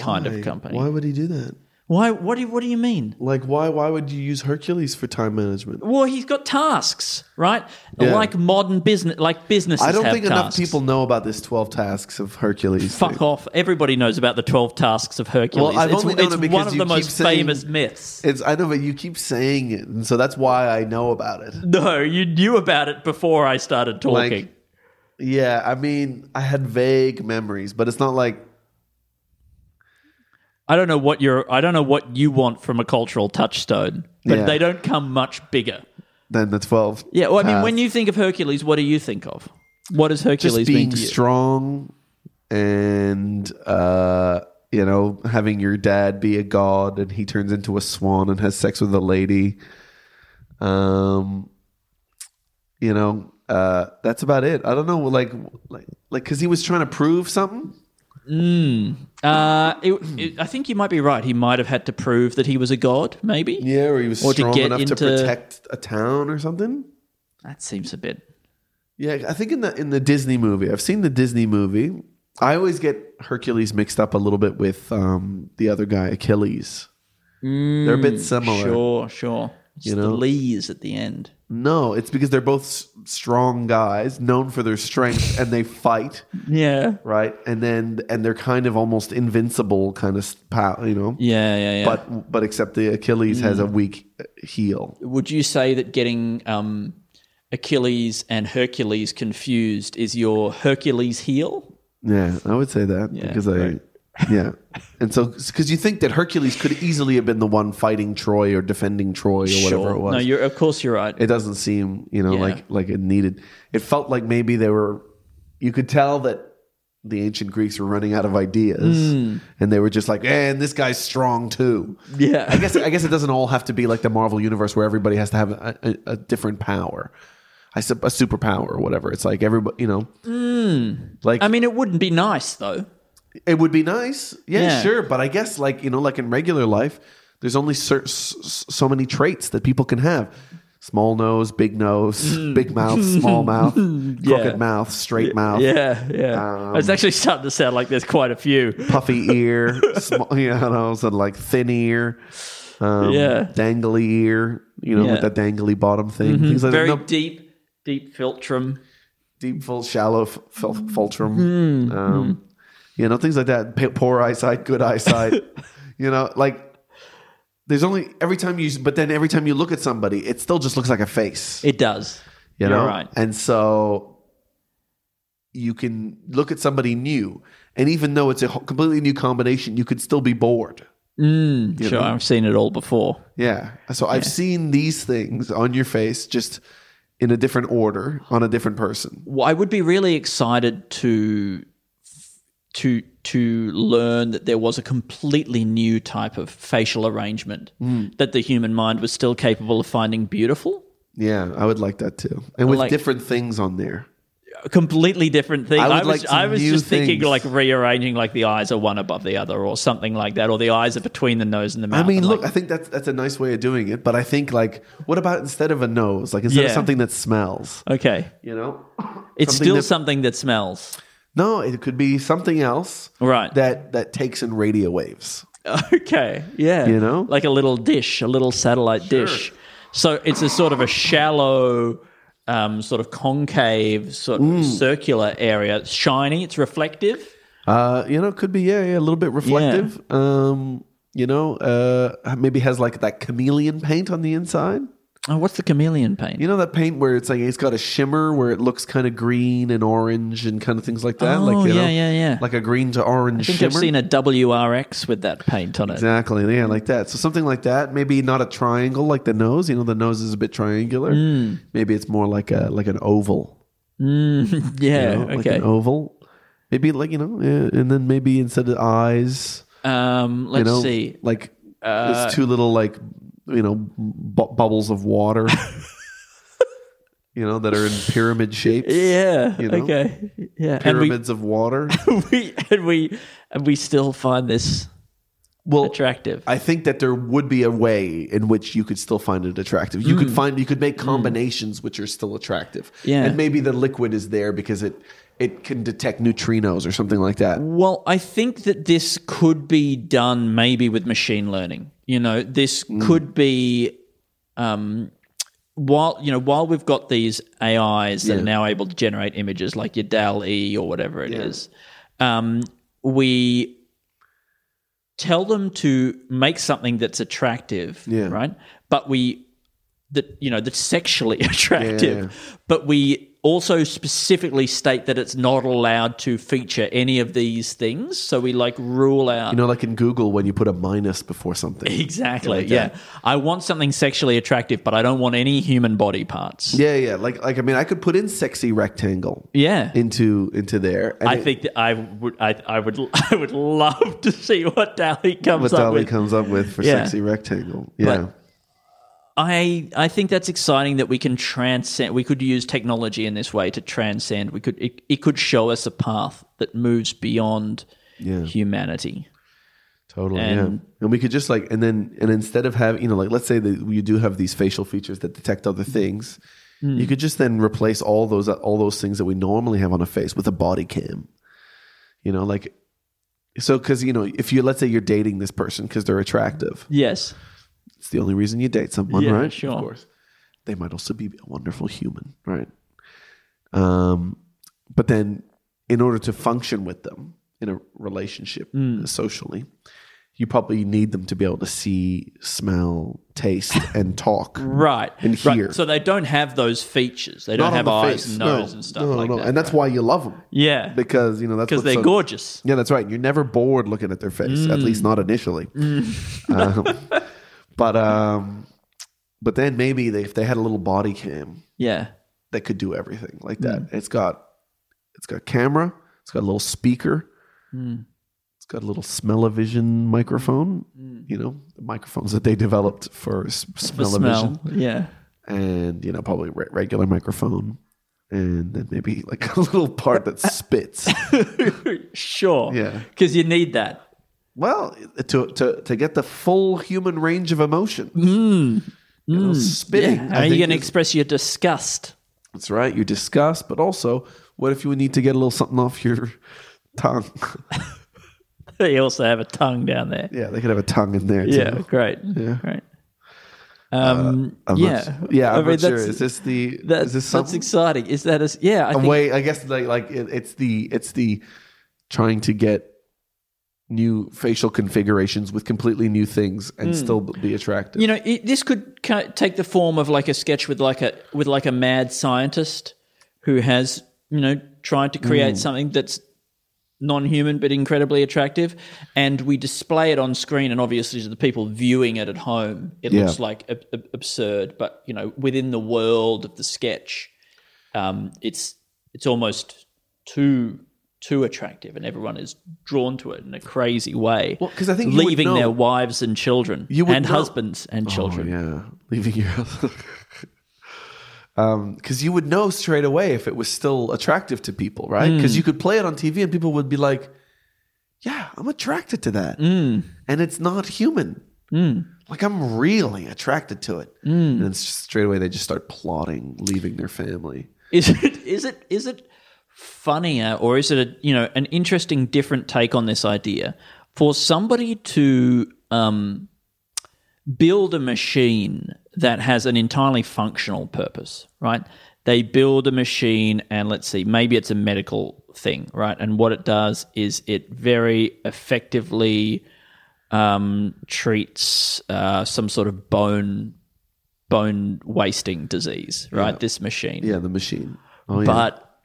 Speaker 3: kind of
Speaker 2: Why?
Speaker 3: company.
Speaker 2: Why
Speaker 3: Why?
Speaker 2: would he do that?
Speaker 3: What do you, What do you mean?
Speaker 2: Like, why? Why would you use Hercules for time management?
Speaker 3: Well, he's got tasks, right?
Speaker 2: Yeah.
Speaker 3: Like modern business, like businesses.
Speaker 2: I don't
Speaker 3: have
Speaker 2: think enough
Speaker 3: tasks.
Speaker 2: people know about this twelve tasks of Hercules.
Speaker 3: Fuck
Speaker 2: thing.
Speaker 3: off! Everybody knows about the twelve tasks of Hercules.
Speaker 2: Well, I've
Speaker 3: it's
Speaker 2: only known
Speaker 3: it's
Speaker 2: it because
Speaker 3: one of
Speaker 2: you
Speaker 3: the
Speaker 2: keep
Speaker 3: most
Speaker 2: saying-
Speaker 3: famous myths.
Speaker 2: It's I know, but you keep saying it, and so that's why I know about it.
Speaker 3: No, you knew about it before I started
Speaker 2: Like,
Speaker 3: talking.
Speaker 2: yeah, I mean, I had vague memories, but it's not like
Speaker 3: I don't know what you're. I don't know what you want from a cultural touchstone, but
Speaker 2: Yeah.
Speaker 3: they don't come much bigger.
Speaker 2: then the twelve.
Speaker 3: Yeah. Well, I mean, when
Speaker 2: tasks.
Speaker 3: you think of Hercules, what do you think of? What does Hercules
Speaker 2: just
Speaker 3: mean
Speaker 2: being
Speaker 3: to you?
Speaker 2: strong and uh, you know having your dad be a god and he turns into a swan and has sex with a lady um you know uh that's about it i don't know like like like because he was trying to prove something
Speaker 3: Uh, it, it, I think you might be right. He might have had to prove that he was a god, maybe.
Speaker 2: yeah or he was
Speaker 3: Or to
Speaker 2: strong
Speaker 3: get
Speaker 2: enough
Speaker 3: into-
Speaker 2: to protect a town or something
Speaker 3: That seems a bit.
Speaker 2: Yeah, I think in the in the Disney movie, I've seen the Disney movie. I always get Hercules mixed up a little bit with um, the other guy, Achilles. they're a bit similar.
Speaker 3: Mm, Sure, sure. It's
Speaker 2: You
Speaker 3: the
Speaker 2: know?
Speaker 3: Lees at the end.
Speaker 2: No, it's because they're both s- strong guys, known for their strength, and they fight
Speaker 3: Yeah.
Speaker 2: right. And then and they're kind of almost invincible, kind of s- pow- you know.
Speaker 3: Yeah, Mm. yeah, yeah.
Speaker 2: But but except the Achilles has a weak uh, heel.
Speaker 3: would you say that getting um, Achilles and Hercules confused is your Hercules heel?
Speaker 2: Yeah, I would say that because I. Yeah, and so because you think that Hercules could easily have been the one fighting Troy or defending Troy or whatever it was.
Speaker 3: No, you're of course you're right.
Speaker 2: it doesn't seem you know
Speaker 3: Yeah.
Speaker 2: like like it needed it felt like maybe they were you could tell that the ancient greeks were running out of ideas and they were just like and this guy's strong too
Speaker 3: Hmm. Yeah.
Speaker 2: i guess i guess it doesn't all have to be like the marvel universe where everybody has to have a, a, a different power I sup- a superpower or whatever it's like everybody you know like
Speaker 3: Hmm. I mean, it wouldn't be nice though.
Speaker 2: it would be nice yeah,
Speaker 3: Yeah.
Speaker 2: sure but i guess like you know like in regular life there's only cer- s- s- so many traits that people can have small nose big nose big mouth small mouth crooked mouth straight mouth
Speaker 3: Mm. Yeah, yeah.
Speaker 2: um,
Speaker 3: it's actually starting to sound like there's quite a few.
Speaker 2: puffy ear small you know so like thin ear um,
Speaker 3: Yeah.
Speaker 2: dangly ear you know
Speaker 3: Yeah. Mm-hmm.
Speaker 2: with that dangly bottom thing things like
Speaker 3: Very
Speaker 2: that No
Speaker 3: deep, deep filtrum.
Speaker 2: deep full shallow f- ful-
Speaker 3: Mm-hmm.
Speaker 2: fulcrum um, you know things like that P- poor eyesight good eyesight you know like there's only every time you but then every time you look at somebody it still just looks like a face
Speaker 3: It does.
Speaker 2: you
Speaker 3: you're
Speaker 2: know
Speaker 3: right.
Speaker 2: and so you can look at somebody new and even though it's a ho- completely new combination you could still be bored Mm,
Speaker 3: Sure, I've seen it all before.
Speaker 2: yeah so i've seen these things on your face just in a different order on a different person
Speaker 3: Well, I would be really excited to to to learn that there was a completely new type of facial arrangement
Speaker 2: Mm.
Speaker 3: that the human mind was still capable of finding beautiful.
Speaker 2: yeah i would like that too and with
Speaker 3: Like-
Speaker 2: different things on there
Speaker 3: A completely different thing.
Speaker 2: I would
Speaker 3: I was,
Speaker 2: like some
Speaker 3: I was
Speaker 2: new
Speaker 3: just thinking
Speaker 2: things.
Speaker 3: like rearranging like the eyes are one above the other or something like that, or the eyes are between the nose and the
Speaker 2: I
Speaker 3: mouth.
Speaker 2: mean,
Speaker 3: and,
Speaker 2: look,
Speaker 3: like-
Speaker 2: I think that's that's a nice way of doing it, but I think like, what about instead of a nose, like instead of
Speaker 3: Yeah.
Speaker 2: something that smells,
Speaker 3: okay.
Speaker 2: you know?
Speaker 3: It's
Speaker 2: Something
Speaker 3: still
Speaker 2: that-
Speaker 3: something that smells.
Speaker 2: No, it could be something else,
Speaker 3: Right.
Speaker 2: That that takes in radio waves.
Speaker 3: Okay. Yeah.
Speaker 2: You know?
Speaker 3: like a little dish, a little satellite dish. So it's a sort of a shallow um, sort of concave, sort of
Speaker 2: Mm.
Speaker 3: circular area. It's shiny. It's reflective.
Speaker 2: Uh, you know, could be yeah, yeah, a little bit reflective. Um, you know, uh, maybe has like that chameleon paint on the inside.
Speaker 3: Oh, what's the chameleon paint?
Speaker 2: You know that paint where it's like it's got a shimmer where it looks kind of green and orange and kind of things like that.
Speaker 3: Oh,
Speaker 2: like you
Speaker 3: yeah,
Speaker 2: know,
Speaker 3: yeah, yeah.
Speaker 2: like a green to orange
Speaker 3: I think
Speaker 2: shimmer.
Speaker 3: I've seen a WRX with that paint on it.
Speaker 2: Exactly. Yeah, like that. So something like that. Maybe not a triangle like the nose. You know, the nose is a bit triangular.
Speaker 3: Hmm.
Speaker 2: Maybe it's more like a like an oval.
Speaker 3: Yeah,
Speaker 2: you know, Like
Speaker 3: okay.
Speaker 2: an oval. Maybe like you know, yeah, and then maybe instead of eyes,
Speaker 3: um, let's
Speaker 2: you know,
Speaker 3: see. Uh,
Speaker 2: like there's two little like you know bu- bubbles of water. you know that are in pyramid shapes.
Speaker 3: Yeah.
Speaker 2: you know,
Speaker 3: okay. Yeah. And we,
Speaker 2: Pyramids of water.
Speaker 3: we and we and we still find this
Speaker 2: Well,
Speaker 3: attractive.
Speaker 2: I think that there would be a way in which you could still find it attractive. You could find you could make combinations which are still attractive.
Speaker 3: Mm. Yeah.
Speaker 2: And maybe the liquid is there because it it can detect neutrinos or something like that.
Speaker 3: Well, I think that this could be done maybe with machine learning. You know, this
Speaker 2: Mm.
Speaker 3: could be um, while you know while we've got these AIs that are now able to generate images like your DAL E or whatever it is, um, we tell them to make something that's attractive,
Speaker 2: Yeah.
Speaker 3: right? But we that you know that's sexually attractive,
Speaker 2: yeah.
Speaker 3: but we also specifically state that it's not allowed to feature any of these things. So we like rule out
Speaker 2: You know, like in Google when you put a minus before something.
Speaker 3: exactly. yeah, I want something sexually attractive, but I don't want any human body parts.
Speaker 2: yeah, yeah. Like like I mean I could put in sexy rectangle
Speaker 3: Yeah.
Speaker 2: into into there. And
Speaker 3: I
Speaker 2: it-
Speaker 3: think that I would I, I would I would love to see what Dali comes
Speaker 2: what
Speaker 3: up
Speaker 2: Dolly
Speaker 3: with.
Speaker 2: comes up with for
Speaker 3: Yeah.
Speaker 2: sexy rectangle. Yeah.
Speaker 3: I I think that's exciting that we can transcend. We could use technology in this way to transcend. We could it, it could show us a path that moves beyond
Speaker 2: Yeah.
Speaker 3: humanity.
Speaker 2: Totally,
Speaker 3: And-
Speaker 2: yeah. And we could just like, and then, and instead of having, you know, like, let's say that you do have these facial features that detect other things, you could just then replace all those all those things that we normally have on a face with a body cam. You know, like, so because you know, if you let's say you're dating this person because they're attractive,
Speaker 3: Yes.
Speaker 2: it's the only reason you date someone,
Speaker 3: Yeah,
Speaker 2: right?
Speaker 3: sure.
Speaker 2: Of course, they might also be a wonderful human, right? Um, but then, in order to function with them in a relationship
Speaker 3: Hmm.
Speaker 2: uh, socially, you probably need them to be able to see, smell, taste, and talk.
Speaker 3: Right.
Speaker 2: And
Speaker 3: Right.
Speaker 2: here.
Speaker 3: So they don't have those features. They
Speaker 2: Not
Speaker 3: don't
Speaker 2: on
Speaker 3: have
Speaker 2: the
Speaker 3: eyes
Speaker 2: face.
Speaker 3: and
Speaker 2: No,
Speaker 3: nose and stuff
Speaker 2: no,
Speaker 3: like
Speaker 2: no.
Speaker 3: that.
Speaker 2: And that's why you love them.
Speaker 3: yeah. Because
Speaker 2: Because you know that's what's
Speaker 3: they're
Speaker 2: so-
Speaker 3: gorgeous.
Speaker 2: yeah, that's right. You're never bored looking at their face, at least not initially. um, but um, but then maybe they, if they had a little body cam
Speaker 3: Yeah.
Speaker 2: that could do everything like that, it's got it's got camera, it's got a little speaker, it's got a little smell-o-vision microphone. You know, the microphones that they developed for s-
Speaker 3: The
Speaker 2: smell-o-vision,
Speaker 3: smell. Yeah.
Speaker 2: and you know probably re- regular microphone, and then maybe like a little part that spits.
Speaker 3: sure.
Speaker 2: Yeah.
Speaker 3: Because you need that.
Speaker 2: Well, to to to get the full human range of emotion. You know, spitting.
Speaker 3: Hmm. Yeah.
Speaker 2: I
Speaker 3: How are you
Speaker 2: think
Speaker 3: going to
Speaker 2: is-
Speaker 3: express your disgust?
Speaker 2: That's right. You disgust, but also, what if you would need to get a little something off your tongue?
Speaker 3: They also have a tongue down there.
Speaker 2: yeah, they could have a tongue in there.
Speaker 3: Yeah,
Speaker 2: too.
Speaker 3: great. Yeah. Great. Um,
Speaker 2: Uh, I'm
Speaker 3: yeah,
Speaker 2: not, su- yeah. I'm
Speaker 3: I mean,
Speaker 2: not sure.
Speaker 3: that's-
Speaker 2: Is this the?
Speaker 3: that-
Speaker 2: is this
Speaker 3: that's
Speaker 2: something?
Speaker 3: exciting. Is that a s- yeah? I think
Speaker 2: Wait, I guess like like it, it's the it's the trying to get new facial configurations with completely new things and
Speaker 3: Hmm.
Speaker 2: still be attractive.
Speaker 3: you know it, this could ki take the form of like a sketch with like a with like a mad scientist who has you know tried to create
Speaker 2: Hmm.
Speaker 3: something that's non-human but incredibly attractive, and we display it on screen, and obviously to the people viewing it at home, it
Speaker 2: Yeah.
Speaker 3: looks like ab- ab- absurd, but you know within the world of the sketch, um, it's it's almost too too attractive, and everyone is drawn to it in a crazy way.
Speaker 2: 'cause I think you would
Speaker 3: leaving
Speaker 2: know-
Speaker 3: their wives and children
Speaker 2: You would
Speaker 3: and
Speaker 2: know-
Speaker 3: husbands and children.
Speaker 2: Oh, Yeah, leaving your house. Um, because you would know straight away if it was still attractive to people, right?
Speaker 3: Hmm.
Speaker 2: Because you could play it on TV and people would be like, "Yeah, I'm attracted to that,"
Speaker 3: Hmm.
Speaker 2: and it's not human. Like I'm really attracted to it,
Speaker 3: Hmm.
Speaker 2: and then straight away they just start plotting, leaving their family.
Speaker 3: Is it is it is it funnier or is it a you know an interesting different take on this idea for somebody to um build a machine that has an entirely functional purpose, right? They build a machine, and let's see, maybe it's a medical thing, right? And what it does is it very effectively um, treats uh, some sort of bone bone wasting disease, right? This machine,
Speaker 2: Yeah, the machine. Oh, yeah.
Speaker 3: but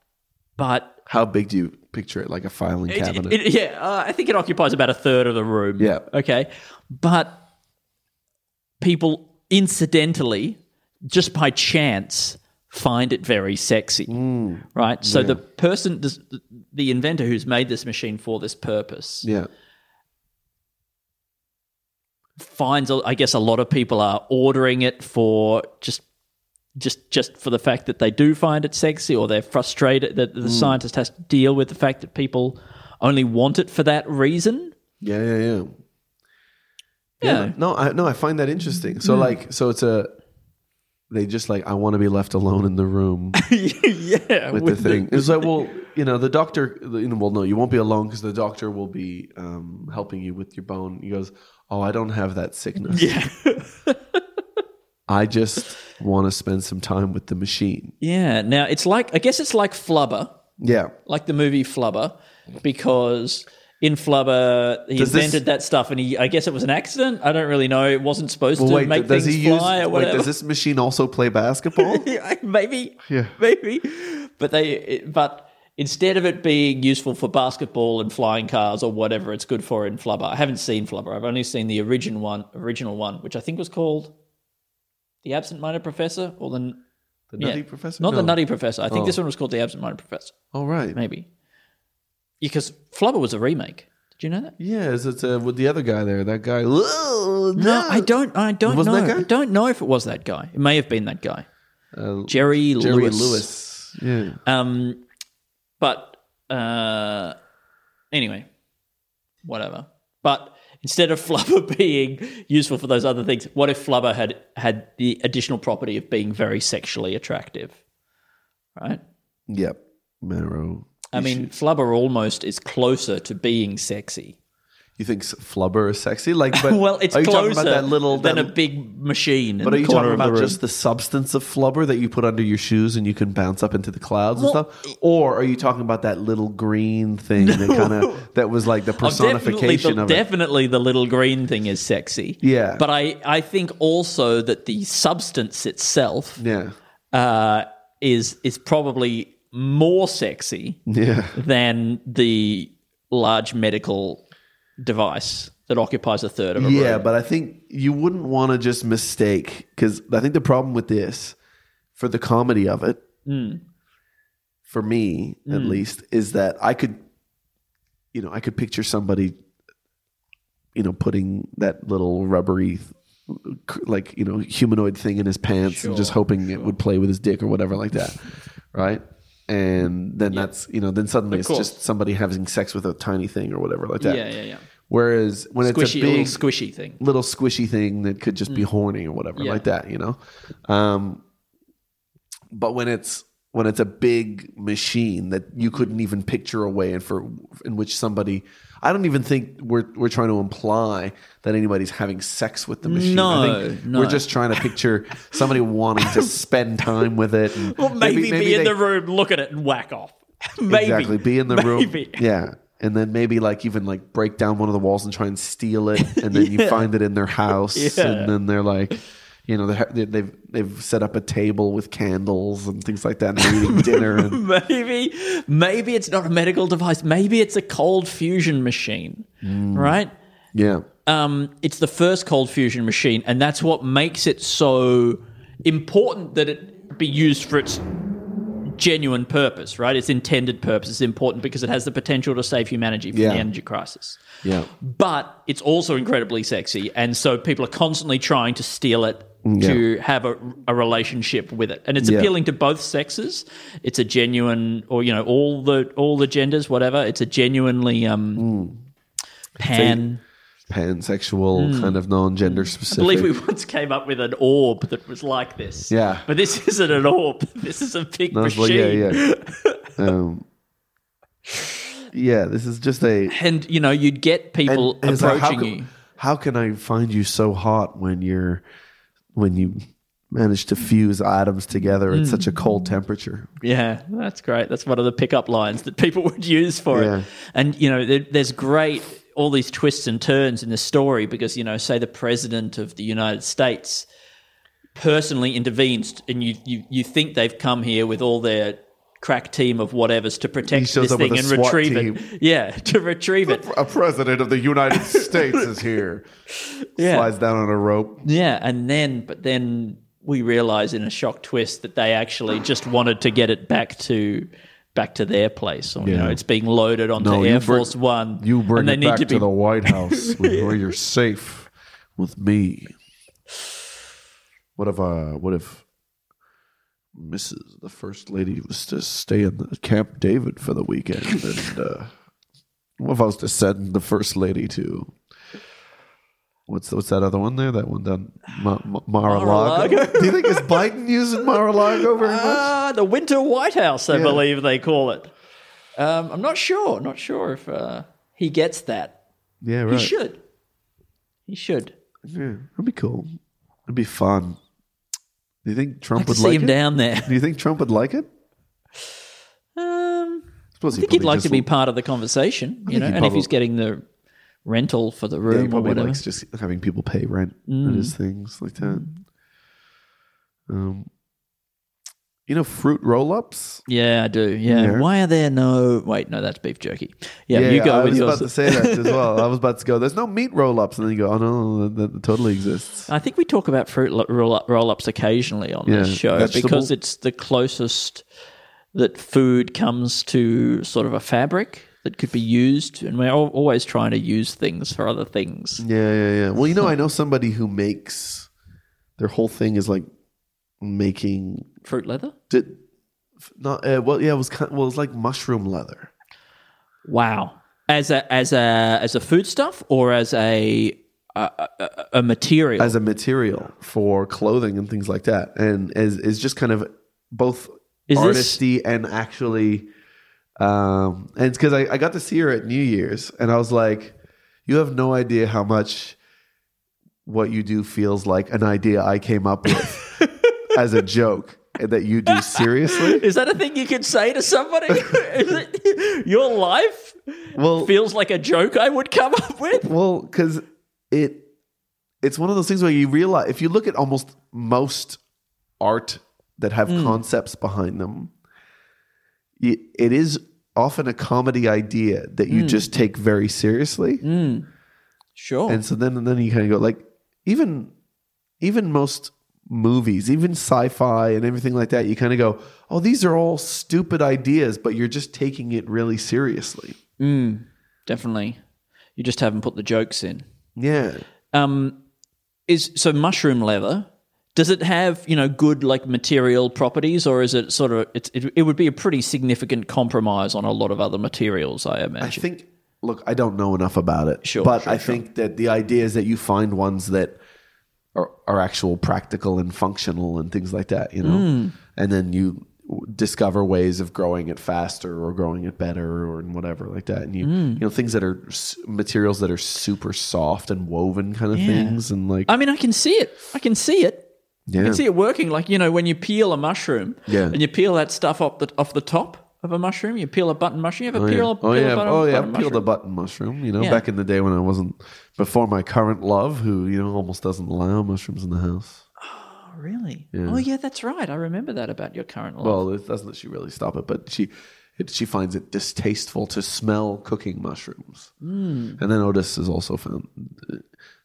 Speaker 3: but
Speaker 2: How big do you picture it? Like a filing
Speaker 3: it-
Speaker 2: cabinet?
Speaker 3: it- yeah, uh, I think it occupies about a third of the room.
Speaker 2: Yeah.
Speaker 3: Okay. But people incidentally, just by chance, find it very sexy.
Speaker 2: Mm.
Speaker 3: right. So the person, this- the inventor who's made this machine for this purpose,
Speaker 2: yeah.
Speaker 3: finds i guess a lot of people are ordering it for just just just for the fact that they do find it sexy or they're frustrated that
Speaker 2: Mm.
Speaker 3: the scientist has to deal with the fact that people only want it for that reason
Speaker 2: Yeah, yeah, yeah.
Speaker 3: Yeah.
Speaker 2: No, I no, I find that interesting. So like so it's a they just like I want to be left alone in the room
Speaker 3: yeah
Speaker 2: with, the thing. it's like, well, you know, the doctor you know, well no, you won't be alone because the doctor will be um, helping you with your bone. He goes, "Oh, I don't have that sickness.
Speaker 3: yeah
Speaker 2: I just want to spend some time with the machine."
Speaker 3: yeah now it's like i guess it's like flubber
Speaker 2: Yeah.
Speaker 3: like the movie flubber because in flubber he
Speaker 2: Does this-
Speaker 3: invented that stuff and he i guess it was an accident i don't really know it wasn't supposed
Speaker 2: Well,
Speaker 3: to
Speaker 2: wait,
Speaker 3: make
Speaker 2: does
Speaker 3: things
Speaker 2: he use
Speaker 3: fly or
Speaker 2: wait,
Speaker 3: whatever
Speaker 2: does this machine also play basketball?
Speaker 3: Yeah, maybe,
Speaker 2: Yeah.
Speaker 3: maybe, but they, it- but instead of it being useful for basketball and flying cars or whatever it's good for in Flubber, I haven't seen Flubber. I've only seen the original one, original one, which I think was called the Absent-Minded Professor or the
Speaker 2: the nutty
Speaker 3: yeah.
Speaker 2: professor?
Speaker 3: Not the
Speaker 2: No.
Speaker 3: Nutty Professor. I think this one was called the Absent-Minded Professor,
Speaker 2: Oh right.
Speaker 3: maybe, because Flubber was a remake. Did you know that?
Speaker 2: Yeah, is it uh, with the other guy there? That guy. No,
Speaker 3: No, I don't. I don't
Speaker 2: Wasn't
Speaker 3: know.
Speaker 2: that guy?
Speaker 3: I don't know if it was that guy. It may have been that guy,
Speaker 2: Uh,
Speaker 3: Jerry,
Speaker 2: Jerry Lewis.
Speaker 3: Lewis.
Speaker 2: Yeah.
Speaker 3: Um, but uh, anyway, whatever. But instead of flubber being useful for those other things, what if flubber had had the additional property of being very sexually attractive? Right.
Speaker 2: Yep. Marrow.
Speaker 3: I mean, flubber almost is closer to being sexy.
Speaker 2: You think s- flubber is sexy? Like, but
Speaker 3: Well, it's
Speaker 2: are you
Speaker 3: closer
Speaker 2: talking about that little?
Speaker 3: than
Speaker 2: that-
Speaker 3: a big machine.
Speaker 2: but are you talking about just
Speaker 3: The-
Speaker 2: the substance of flubber that you put under your shoes and you can bounce up into the clouds and stuff, or are you talking about that little green thing that kind of that was like the
Speaker 3: Oh, definitely,
Speaker 2: personification
Speaker 3: the,
Speaker 2: of it?
Speaker 3: definitely the little green thing is sexy.
Speaker 2: Yeah.
Speaker 3: But I, I think also that the substance itself
Speaker 2: Yeah,
Speaker 3: uh, is is probably more sexy
Speaker 2: yeah,
Speaker 3: than the large medical device that occupies a third of a
Speaker 2: yeah.
Speaker 3: room.
Speaker 2: But I think you wouldn't want to just mistake because I think the problem with this, for the comedy of it,
Speaker 3: Hmm.
Speaker 2: for me at least is that I could, you know, I could picture somebody, you know, putting that little rubbery, like you know, humanoid thing in his pants and just hoping it would play with his dick or whatever like that, right? And then that's you know, then suddenly it's
Speaker 3: course.
Speaker 2: just somebody having sex with a tiny thing or whatever like that.
Speaker 3: yeah, yeah, yeah.
Speaker 2: Whereas when it's a
Speaker 3: Squishy,
Speaker 2: big
Speaker 3: little squishy thing.
Speaker 2: little squishy thing that could just be horny or whatever
Speaker 3: Mm. Yeah.
Speaker 2: like that you know um but when it's when it's a big machine that you couldn't even picture a way in for in which somebody I don't even think we're we're trying to imply that anybody's having sex with the machine. I
Speaker 3: No,
Speaker 2: think
Speaker 3: no.
Speaker 2: we're just trying to picture somebody wanting to spend time with it. and
Speaker 3: Well, maybe, be in
Speaker 2: they-
Speaker 3: the room, look at it, and whack off. maybe
Speaker 2: Exactly. Be in the room.
Speaker 3: Maybe.
Speaker 2: Yeah. And then maybe like even like break down one of the walls and try and steal it, and then you find it in their house,
Speaker 3: Yeah.
Speaker 2: and then they're like, you know, they're, they've they've set up a table with candles and things like that, and they're eating dinner. And,
Speaker 3: maybe maybe it's not a medical device. Maybe it's a cold fusion machine,
Speaker 2: Hmm.
Speaker 3: right?
Speaker 2: yeah,
Speaker 3: um, it's the first cold fusion machine, and that's what makes it so important that it be used for its genuine purpose, right? Its intended purpose is important because it has the potential to save humanity from
Speaker 2: Yeah.
Speaker 3: the energy crisis.
Speaker 2: yeah,
Speaker 3: But it's also incredibly sexy, and so people are constantly trying to steal it to have a, a relationship with it, and it's
Speaker 2: Yeah.
Speaker 3: appealing to both sexes. It's a genuine, or you know, all the all the genders, whatever. It's a genuinely um,
Speaker 2: Mm.
Speaker 3: pan.
Speaker 2: pansexual kind of non-gender
Speaker 3: Hmm. I
Speaker 2: specific.
Speaker 3: believe we once came up with an orb that was like this.
Speaker 2: Yeah.
Speaker 3: But this isn't an orb. This is a big
Speaker 2: I was
Speaker 3: machine.
Speaker 2: like, yeah, yeah, um, yeah. This is just a
Speaker 3: And, you know, you'd get people
Speaker 2: And it's like,
Speaker 3: approaching
Speaker 2: how come-
Speaker 3: you.
Speaker 2: how can I find you so hot when you're when you manage to fuse atoms together at
Speaker 3: Mm.
Speaker 2: such a cold temperature?
Speaker 3: Yeah, that's great. That's one of the pickup lines that people would use for
Speaker 2: Yeah.
Speaker 3: it. And you know, there, there's great all these twists and turns in the story because you know, say the president of the United States personally intervenes, and you you, you think they've come here with all their crack team of whatever's to protect
Speaker 2: shows
Speaker 3: this
Speaker 2: up with
Speaker 3: thing
Speaker 2: a
Speaker 3: and
Speaker 2: SWAT
Speaker 3: retrieve
Speaker 2: team.
Speaker 3: it. Yeah, to retrieve it.
Speaker 2: A president of the United States is here.
Speaker 3: Yeah.
Speaker 2: Slides down on a rope.
Speaker 3: Yeah, and then but then we realize in a shock twist that they actually just wanted to get it back to back to their place. Or, You
Speaker 2: Yeah.
Speaker 3: know, it's being loaded onto
Speaker 2: No, you
Speaker 3: Air
Speaker 2: bring-
Speaker 3: Force One.
Speaker 2: You bring
Speaker 3: and they
Speaker 2: it
Speaker 3: need
Speaker 2: back to,
Speaker 3: to be
Speaker 2: the White House where you're safe with me. What if uh what if Mrs. the First Lady was to stay in the Camp David for the weekend and uh what if I was to send the First Lady to What's what's that other one there? That one down Ma- Ma- Mar-a-Lago. Do you think is Biden using Mar-a-Lago very much?
Speaker 3: ah, the Winter White House, I believe they call it. Um, I'm not sure. Not sure if uh, he gets that.
Speaker 2: Yeah,
Speaker 3: He
Speaker 2: right.
Speaker 3: should. He should.
Speaker 2: Yeah, that'd be cool. It'd be fun. Do you think
Speaker 3: I
Speaker 2: Trump
Speaker 3: could
Speaker 2: would
Speaker 3: see
Speaker 2: like
Speaker 3: him
Speaker 2: it?
Speaker 3: down there.
Speaker 2: Do you think Trump would like it?
Speaker 3: Um,
Speaker 2: suppose
Speaker 3: I think he'd like to be part of the conversation, you
Speaker 2: he
Speaker 3: know. And if
Speaker 2: probably-
Speaker 3: he's getting the rental for the
Speaker 2: Yeah,
Speaker 3: room
Speaker 2: he
Speaker 3: or
Speaker 2: probably
Speaker 3: whatever, Mm.
Speaker 2: likes just having people pay rent and his things like that. Um, you know, fruit roll-ups.
Speaker 3: Yeah, I do. Yeah.
Speaker 2: Yeah.
Speaker 3: Why are there no? Wait, no, that's beef jerky. Yeah, you go
Speaker 2: I
Speaker 3: with
Speaker 2: was
Speaker 3: yours.
Speaker 2: about to say that as well. I was about to go. There's no meat roll-ups, and then you go, oh no, that, that totally exists.
Speaker 3: I think we talk about fruit lo- roll, up, roll ups occasionally on
Speaker 2: Yeah,
Speaker 3: this show
Speaker 2: vegetable.
Speaker 3: because it's the closest that food comes to sort of a fabric that could be used, and we're al- always trying to use things for other things.
Speaker 2: Yeah, yeah, yeah. Well, you know, I know somebody who makes their whole thing is like making
Speaker 3: Fruit leather.
Speaker 2: did not uh, well. Yeah, it was kind well, it was like mushroom leather.
Speaker 3: Wow. As a as a as a foodstuff or as a a, a- a, a material.
Speaker 2: as a material for clothing and things like that, and is is just kind of both
Speaker 3: Is this-
Speaker 2: artisty and actually, um, and it's because I, I got to see her at New Year's, and I was like, you have no idea how much what you do feels like an idea I came up with as a joke that you do seriously.
Speaker 3: Is that a thing you can say to somebody? Is it, your life
Speaker 2: Well,
Speaker 3: feels like a joke I would come up with?
Speaker 2: Well, because it it's one of those things where you realize if you look at almost most art that have concepts behind them, it, it is often a comedy idea that you just take very seriously,
Speaker 3: Sure.
Speaker 2: and so then and then you kind of go like even even most movies, even sci-fi and everything like that, you kind of go, oh, these are all stupid ideas, but you're just taking it really seriously.
Speaker 3: Definitely. You just haven't put the jokes in.
Speaker 2: Yeah.
Speaker 3: Um, is so mushroom leather. Does it have you know good like material properties, or is it sort of it's, it? It would be a pretty significant compromise on a lot of other materials, I
Speaker 2: I
Speaker 3: imagine.
Speaker 2: think. Look, I don't know enough about it,
Speaker 3: Sure,
Speaker 2: but
Speaker 3: sure,
Speaker 2: I think that the idea is that you find ones that are, are actual practical and functional and things like that, you know,
Speaker 3: Hmm.
Speaker 2: and then you w- discover ways of growing it faster or growing it better or and whatever like that, and you
Speaker 3: Hmm.
Speaker 2: you know things that are s- materials that are super soft and woven kind of things and like
Speaker 3: I mean, I can see it. I can see it.
Speaker 2: yeah,
Speaker 3: I can see it working. Like you know, when you peel a mushroom,
Speaker 2: Yeah.
Speaker 3: and you peel that stuff off the off the top of a mushroom, you peel a button mushroom. You ever
Speaker 2: Oh, yeah.
Speaker 3: peel a
Speaker 2: oh
Speaker 3: peel
Speaker 2: yeah,
Speaker 3: a button,
Speaker 2: oh yeah.
Speaker 3: button
Speaker 2: I peeled a
Speaker 3: mushroom?
Speaker 2: button mushroom. You know,
Speaker 3: Yeah.
Speaker 2: back in the day when I wasn't before my current love, who you know almost doesn't allow mushrooms in the house.
Speaker 3: Oh, really? Oh yeah, that's right. I remember that about your current law.
Speaker 2: Well, it doesn't she really stop it, but she it, she finds it distasteful to smell cooking mushrooms. Mm. And then Otis has also found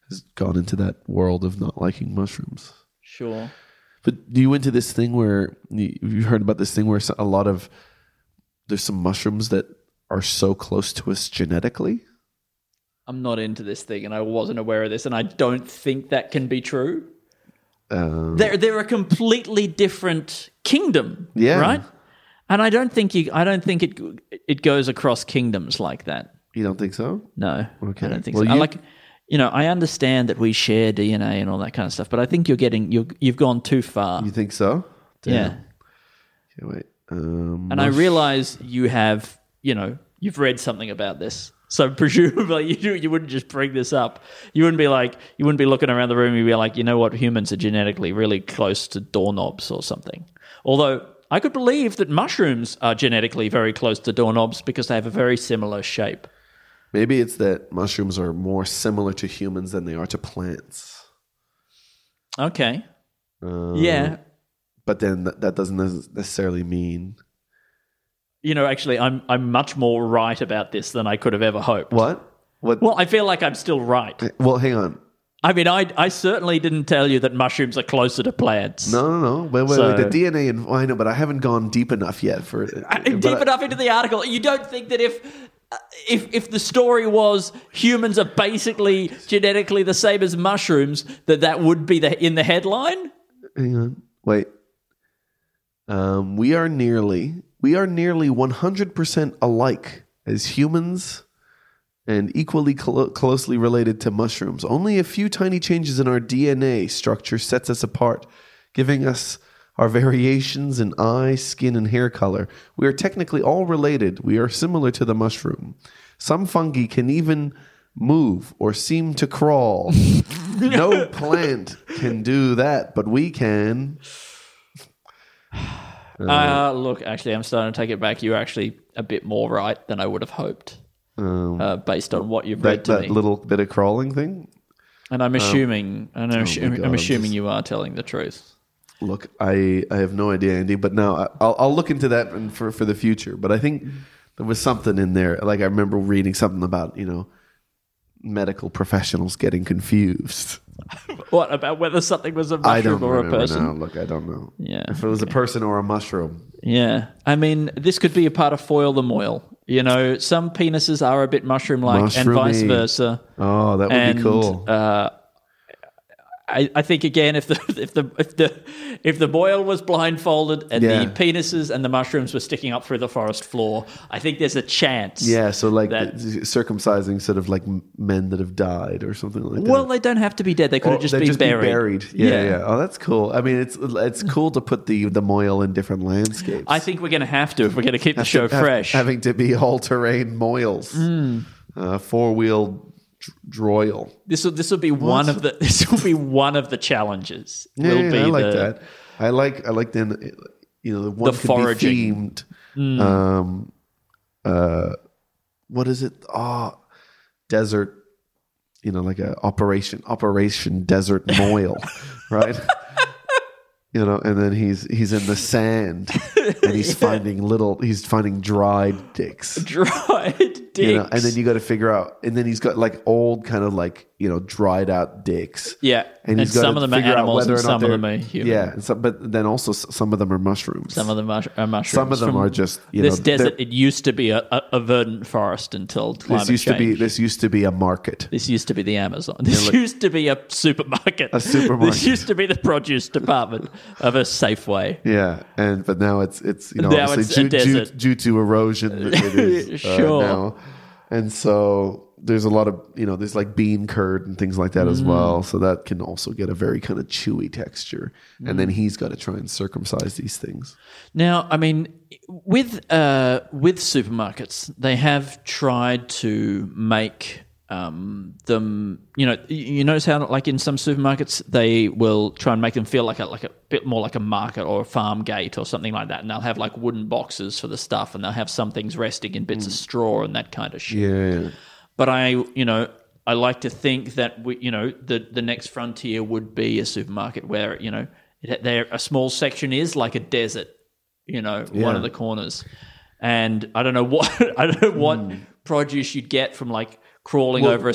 Speaker 2: has gone into that world of not liking mushrooms.
Speaker 3: sure.
Speaker 2: But do you into this thing where you, you heard about this thing where so- a lot of there's some mushrooms that are so close to us genetically?
Speaker 3: I'm not into this thing, and I wasn't aware of this, and I don't think that can be true.
Speaker 2: Um,
Speaker 3: They're they're a completely different kingdom,
Speaker 2: Yeah.
Speaker 3: right? And I don't think you. I don't think it it goes across kingdoms like that.
Speaker 2: you don't think so?
Speaker 3: No, I don't think
Speaker 2: Well,
Speaker 3: so. I
Speaker 2: you-
Speaker 3: like, you know, I understand that we share DNA and all that kind of stuff, but I think you're getting you you've gone too far.
Speaker 2: You think so? Damn.
Speaker 3: yeah,
Speaker 2: Okay, wait. Um,
Speaker 3: and I realize you have, you know, you've read something about this, So presumably you you wouldn't just bring this up. You wouldn't be like you wouldn't be looking around the room. You'd be like, you know what? Humans are genetically really close to doorknobs or something. Although I could believe that mushrooms are genetically very close to doorknobs because they have a very similar shape.
Speaker 2: Maybe it's that mushrooms are more similar to humans than they are to plants.
Speaker 3: Okay.
Speaker 2: Uh,
Speaker 3: Yeah.
Speaker 2: But then th- that doesn't nes- necessarily mean.
Speaker 3: You know, actually, I'm I'm much more right about this than I could have ever hoped.
Speaker 2: What? What?
Speaker 3: Well, I feel like I'm still right.
Speaker 2: Well, hang on.
Speaker 3: I mean, I I certainly didn't tell you that mushrooms are closer to plants.
Speaker 2: No, no, no. Wait, wait,
Speaker 3: So-
Speaker 2: wait. The DNA. In, I know, but I haven't gone deep enough yet for.
Speaker 3: deep
Speaker 2: but I-
Speaker 3: enough into the article. You don't think that if uh, if if the story was humans are basically genetically the same as mushrooms, that that would be the in the headline?
Speaker 2: Hang on. Wait. Um, we are nearly we are nearly 100% alike as humans and equally clo- closely related to mushrooms. Only a few tiny changes in our DNA structure sets us apart, giving us our variations in eye, skin, and hair color. We are technically all related. We are similar to the mushroom. Some fungi can even move or seem to crawl. no plant can do that, but we can. Uh-huh.
Speaker 3: Uh, look, actually, I'm starting to take it back. You're actually a bit more right than I would have hoped,
Speaker 2: Um,
Speaker 3: uh, based on what you've read
Speaker 2: That,
Speaker 3: to
Speaker 2: that
Speaker 3: me.
Speaker 2: little bit of crawling thing.
Speaker 3: and I'm assuming, and I'm, assu-
Speaker 2: um, oh my God,
Speaker 3: I'm
Speaker 2: I'm
Speaker 3: assuming you are telling the truth.
Speaker 2: Look, I, I have no idea, Andy, but now I- I'll, I'll look into that and for, for the future. But I think there was something in there. Like I remember reading something about, you know, medical professionals getting confused.
Speaker 3: What about whether something was a
Speaker 2: I
Speaker 3: mushroom
Speaker 2: don't
Speaker 3: or a
Speaker 2: remember
Speaker 3: person?
Speaker 2: now. Look, I don't know.
Speaker 3: Yeah.
Speaker 2: If it was a person or a mushroom.
Speaker 3: Yeah. I mean, this could be a part of foil the moil. You know, some penises are a bit mushroom like and
Speaker 2: Mushroomy.
Speaker 3: vice versa.
Speaker 2: Oh, that would
Speaker 3: and
Speaker 2: be cool.
Speaker 3: uh, I, I think again if the if the if the if the boil was blindfolded and
Speaker 2: Yeah.
Speaker 3: the penises and the mushrooms were sticking up through the forest floor, I think there's a chance.
Speaker 2: yeah, so like
Speaker 3: that-
Speaker 2: the- circumcising sort of like m- men that have died or something like that.
Speaker 3: Well, they don't have to be dead. They could
Speaker 2: Or
Speaker 3: have just,
Speaker 2: they'd
Speaker 3: been buried.
Speaker 2: Yeah, yeah, Oh, that's cool. I mean, it's it's cool to put the the moil in different landscapes.
Speaker 3: I think we're going to have to if we're going to keep the show
Speaker 2: Have-
Speaker 3: fresh. Hmm.
Speaker 2: having to be all terrain moils, uh, four wheel droil.
Speaker 3: this will this will be one of the this will be one of the challenges.
Speaker 2: Yeah,
Speaker 3: will
Speaker 2: yeah,
Speaker 3: be
Speaker 2: I like
Speaker 3: the-
Speaker 2: that. I like I like then you know the one
Speaker 3: The
Speaker 2: could
Speaker 3: foraging.
Speaker 2: be themed. Um, uh, what is it? Ah, desert. You know, like a operation operation desert moil, right? You know, and then he's he's in the sand and he's finding little he's finding dried dicks.
Speaker 3: dried dicks.
Speaker 2: You know, and then you got to figure out, and then he's got like old kind of like you know dried out dicks.
Speaker 3: yeah, and,
Speaker 2: he's gotta
Speaker 3: some of them are
Speaker 2: figure out
Speaker 3: animals,
Speaker 2: whether
Speaker 3: and
Speaker 2: or not
Speaker 3: some of
Speaker 2: they're-
Speaker 3: them are human.
Speaker 2: Yeah, and some, but then also s- some of them are mushrooms.
Speaker 3: Some of them are, are mushrooms.
Speaker 2: Some of them
Speaker 3: from
Speaker 2: are just, you
Speaker 3: this
Speaker 2: know, they're-
Speaker 3: desert. It used to be a, a, a verdant forest until climate
Speaker 2: this used
Speaker 3: change.
Speaker 2: to be this used to be a market.
Speaker 3: this used to be the Amazon. This used to be a supermarket. A
Speaker 2: supermarket.
Speaker 3: This used to be the produce department of a Safeway.
Speaker 2: Yeah, and but now it's it's you know
Speaker 3: Now
Speaker 2: obviously
Speaker 3: it's a
Speaker 2: due, due,
Speaker 3: desert.
Speaker 2: due to erosion. It is, uh,
Speaker 3: Sure.
Speaker 2: now. And so there's a lot of you know there's like bean curd and things like that
Speaker 3: Mm.
Speaker 2: as well. So that can also get a very kind of chewy texture. And
Speaker 3: Mm.
Speaker 2: then he's got to try and circumcise these things.
Speaker 3: Now, I mean, with uh, with supermarkets, they have tried to make um, them. You know, you- you notice how like in some supermarkets they will try and make them feel like a like a bit more like a market or a farm gate or something like that, and they'll have like wooden boxes for the stuff, and they'll have some things resting in bits of straw and that kind of shit
Speaker 2: Yeah,
Speaker 3: but I, you know, I like to think that we, you know, the the next frontier would be a supermarket where you know it- there a small section is like a desert, you know, one
Speaker 2: Yeah.
Speaker 3: of the corners, and I don't know what I don't know what
Speaker 2: Hmm.
Speaker 3: produce you'd get from like crawling over a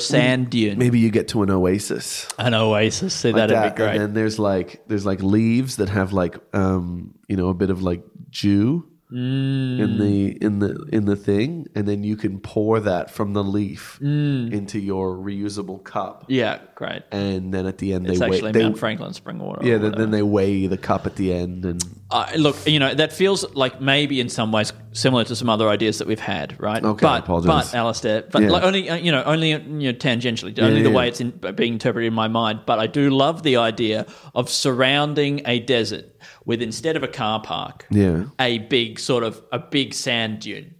Speaker 3: sand dune,
Speaker 2: maybe you get to an oasis.
Speaker 3: an oasis. See, that'd
Speaker 2: that,
Speaker 3: be great.
Speaker 2: And then there's like there's like leaves that have like um you know a bit of like dew
Speaker 3: Mm.
Speaker 2: in the in the in the thing, and then you can pour that from the leaf
Speaker 3: Mm.
Speaker 2: into your reusable cup,
Speaker 3: yeah, great.
Speaker 2: and then at the end
Speaker 3: It's
Speaker 2: they
Speaker 3: actually
Speaker 2: weigh they,
Speaker 3: Mount Franklin spring water. or
Speaker 2: yeah
Speaker 3: whatever.
Speaker 2: then, then they weigh the cup at the end and
Speaker 3: I Uh, look, you know, that feels like maybe in some ways similar to some other ideas that we've had, right?
Speaker 2: Okay,
Speaker 3: but,
Speaker 2: I apologize.
Speaker 3: But, Alistair, but
Speaker 2: Yeah.
Speaker 3: like only, uh, you know, only uh, you know, tangentially, only the
Speaker 2: yeah.
Speaker 3: way it's in, being interpreted in my mind. But I do love the idea of surrounding a desert with, instead of a car park,
Speaker 2: yeah
Speaker 3: a big sort of, a big sand dune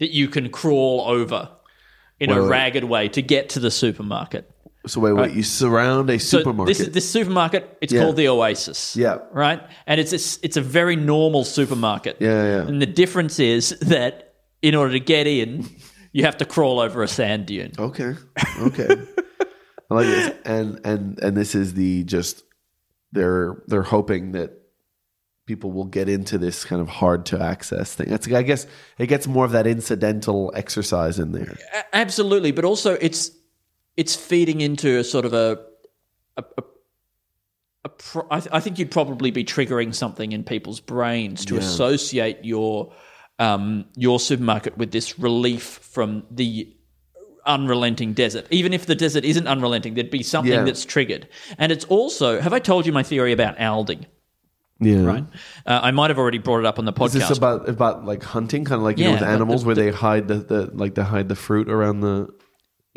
Speaker 3: that you can crawl over. in
Speaker 2: Wait,
Speaker 3: a
Speaker 2: wait.
Speaker 3: ragged way to get to the supermarket.
Speaker 2: So wait, wait. You surround a
Speaker 3: Uh, So
Speaker 2: supermarket.
Speaker 3: This is this supermarket. It's
Speaker 2: Yeah.
Speaker 3: called the Oasis.
Speaker 2: Yeah.
Speaker 3: Right. And it's a, it's a very normal supermarket.
Speaker 2: Yeah, yeah.
Speaker 3: And the difference is that in order to get in, you have to crawl over a sand
Speaker 2: Oh,
Speaker 3: dune.
Speaker 2: okay, okay. I like this. And and and this is the just they're they're hoping that people will get into this kind of hard to access thing. That's I guess it gets more of that incidental exercise in there.
Speaker 3: A- absolutely, but also it's it's feeding into a sort of a a. a a pro- I, th- I think you'd probably be triggering something in people's brains to associate your um, your supermarket with this relief from the unrelenting desert. Even if the desert isn't unrelenting, there'd be something
Speaker 2: Yeah.
Speaker 3: that's triggered. And it's also have I told you my theory about Aldi?
Speaker 2: Yeah. Right.
Speaker 3: Uh, I might have already brought it up on the podcast.
Speaker 2: Hmm? Is this about about like hunting, kind of like you
Speaker 3: Yeah,
Speaker 2: know with
Speaker 3: but the-
Speaker 2: animals where they hide the, the like they hide the fruit around the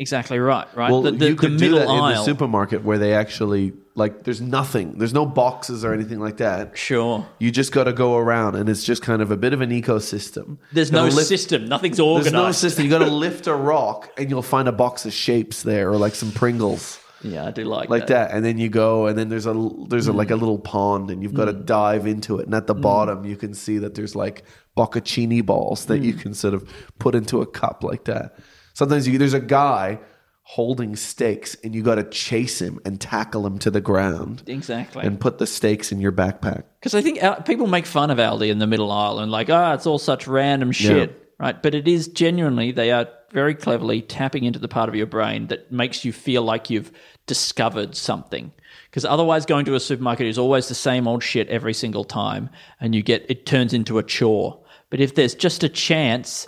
Speaker 3: exactly right, right?
Speaker 2: Well,
Speaker 3: the, the,
Speaker 2: you
Speaker 3: the
Speaker 2: could do
Speaker 3: middle
Speaker 2: that in the
Speaker 3: aisle.
Speaker 2: supermarket where they actually like. There's nothing. There's no boxes or anything like that.
Speaker 3: sure.
Speaker 2: You just got to go around, and it's just kind of a bit of an ecosystem.
Speaker 3: There's
Speaker 2: Gotta
Speaker 3: no
Speaker 2: lift-
Speaker 3: system. Nothing's
Speaker 2: There's
Speaker 3: organized.
Speaker 2: no system. You got to lift a rock, and you'll find a box of shapes there, or like some Pringles,
Speaker 3: Yeah, I do like,
Speaker 2: like that. And then you go, and then there's a l- there's a, like a little pond, and you've got to
Speaker 3: Mm.
Speaker 2: dive into it. And at the bottom, you can see that there's like boccaccini balls that
Speaker 3: Mm.
Speaker 2: you can sort of put into a cup like that. Sometimes you, there's a guy holding stakes, and you got to chase him and tackle him to the ground,
Speaker 3: Exactly.
Speaker 2: and put the stakes in your backpack.
Speaker 3: Because I think Al- people make fun of Aldi in the middle aisle and like, ah, it's all such random shit, right? But it is genuinely, they are very cleverly tapping into the part of your brain that makes you feel like you've discovered something. Because otherwise, going to a supermarket is always the same old shit every single time, and you get it turns into a chore. But if there's just a chance,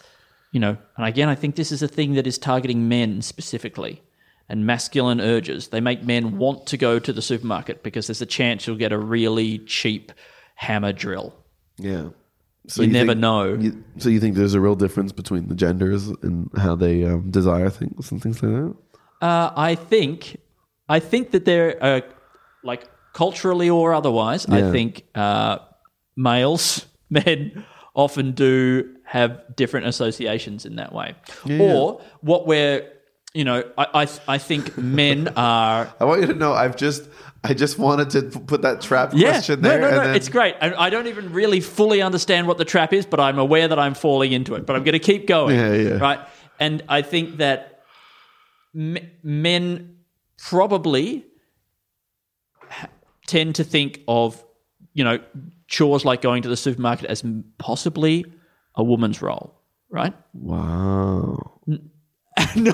Speaker 3: you know, and again, I think this is a thing that is targeting men specifically and masculine urges. They make men want to go to the supermarket because there's a chance you'll get a really cheap hammer drill.
Speaker 2: Yeah. So
Speaker 3: You never
Speaker 2: think-
Speaker 3: know.
Speaker 2: You, so you think there's a real difference between the genders and how they um, desire things and things like that?
Speaker 3: Uh, I think, I think that they're uh, like culturally or otherwise. I
Speaker 2: Yeah.
Speaker 3: think uh, males, men, often do have different associations in that way. Or what we're, you know, I I, I think men are.
Speaker 2: I want you to know I've just I just wanted to p- put that trap
Speaker 3: Yeah,
Speaker 2: question
Speaker 3: no,
Speaker 2: there.
Speaker 3: no, no.
Speaker 2: and then-
Speaker 3: It's great. I, I don't even really fully understand what the trap is, but I'm aware that I'm falling into it. But I'm going to keep going.
Speaker 2: Yeah, yeah.
Speaker 3: Right, and I think that m- men probably ha- tend to think of you know chores like going to the supermarket as m- possibly a woman's role. Right?
Speaker 2: Wow.
Speaker 3: no,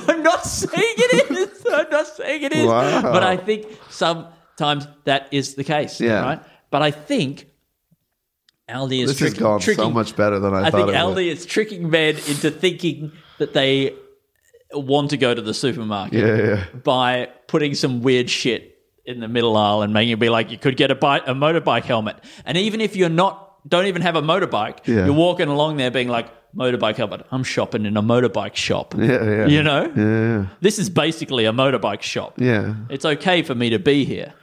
Speaker 3: I'm not saying it is. I'm not saying it is.
Speaker 2: Wow.
Speaker 3: But I think sometimes that is the case.
Speaker 2: Yeah.
Speaker 3: Right. But I think Aldi is
Speaker 2: This
Speaker 3: trick-
Speaker 2: has gone so
Speaker 3: tricking-
Speaker 2: much better than I,
Speaker 3: I
Speaker 2: thought
Speaker 3: think
Speaker 2: it would.
Speaker 3: Aldi is tricking men into thinking that they want to go to the supermarket
Speaker 2: Yeah, yeah.
Speaker 3: by putting some weird shit in the middle aisle and making it be like you could get a bike, a motorbike helmet. And even if you're not, don't even have a motorbike,
Speaker 2: Yeah.
Speaker 3: you're walking along there being like motorbike helmet. I'm shopping in a motorbike shop.
Speaker 2: Yeah, yeah.
Speaker 3: You know,
Speaker 2: Yeah,
Speaker 3: this is basically a motorbike shop.
Speaker 2: yeah. Yeah.
Speaker 3: It's okay for me to be here.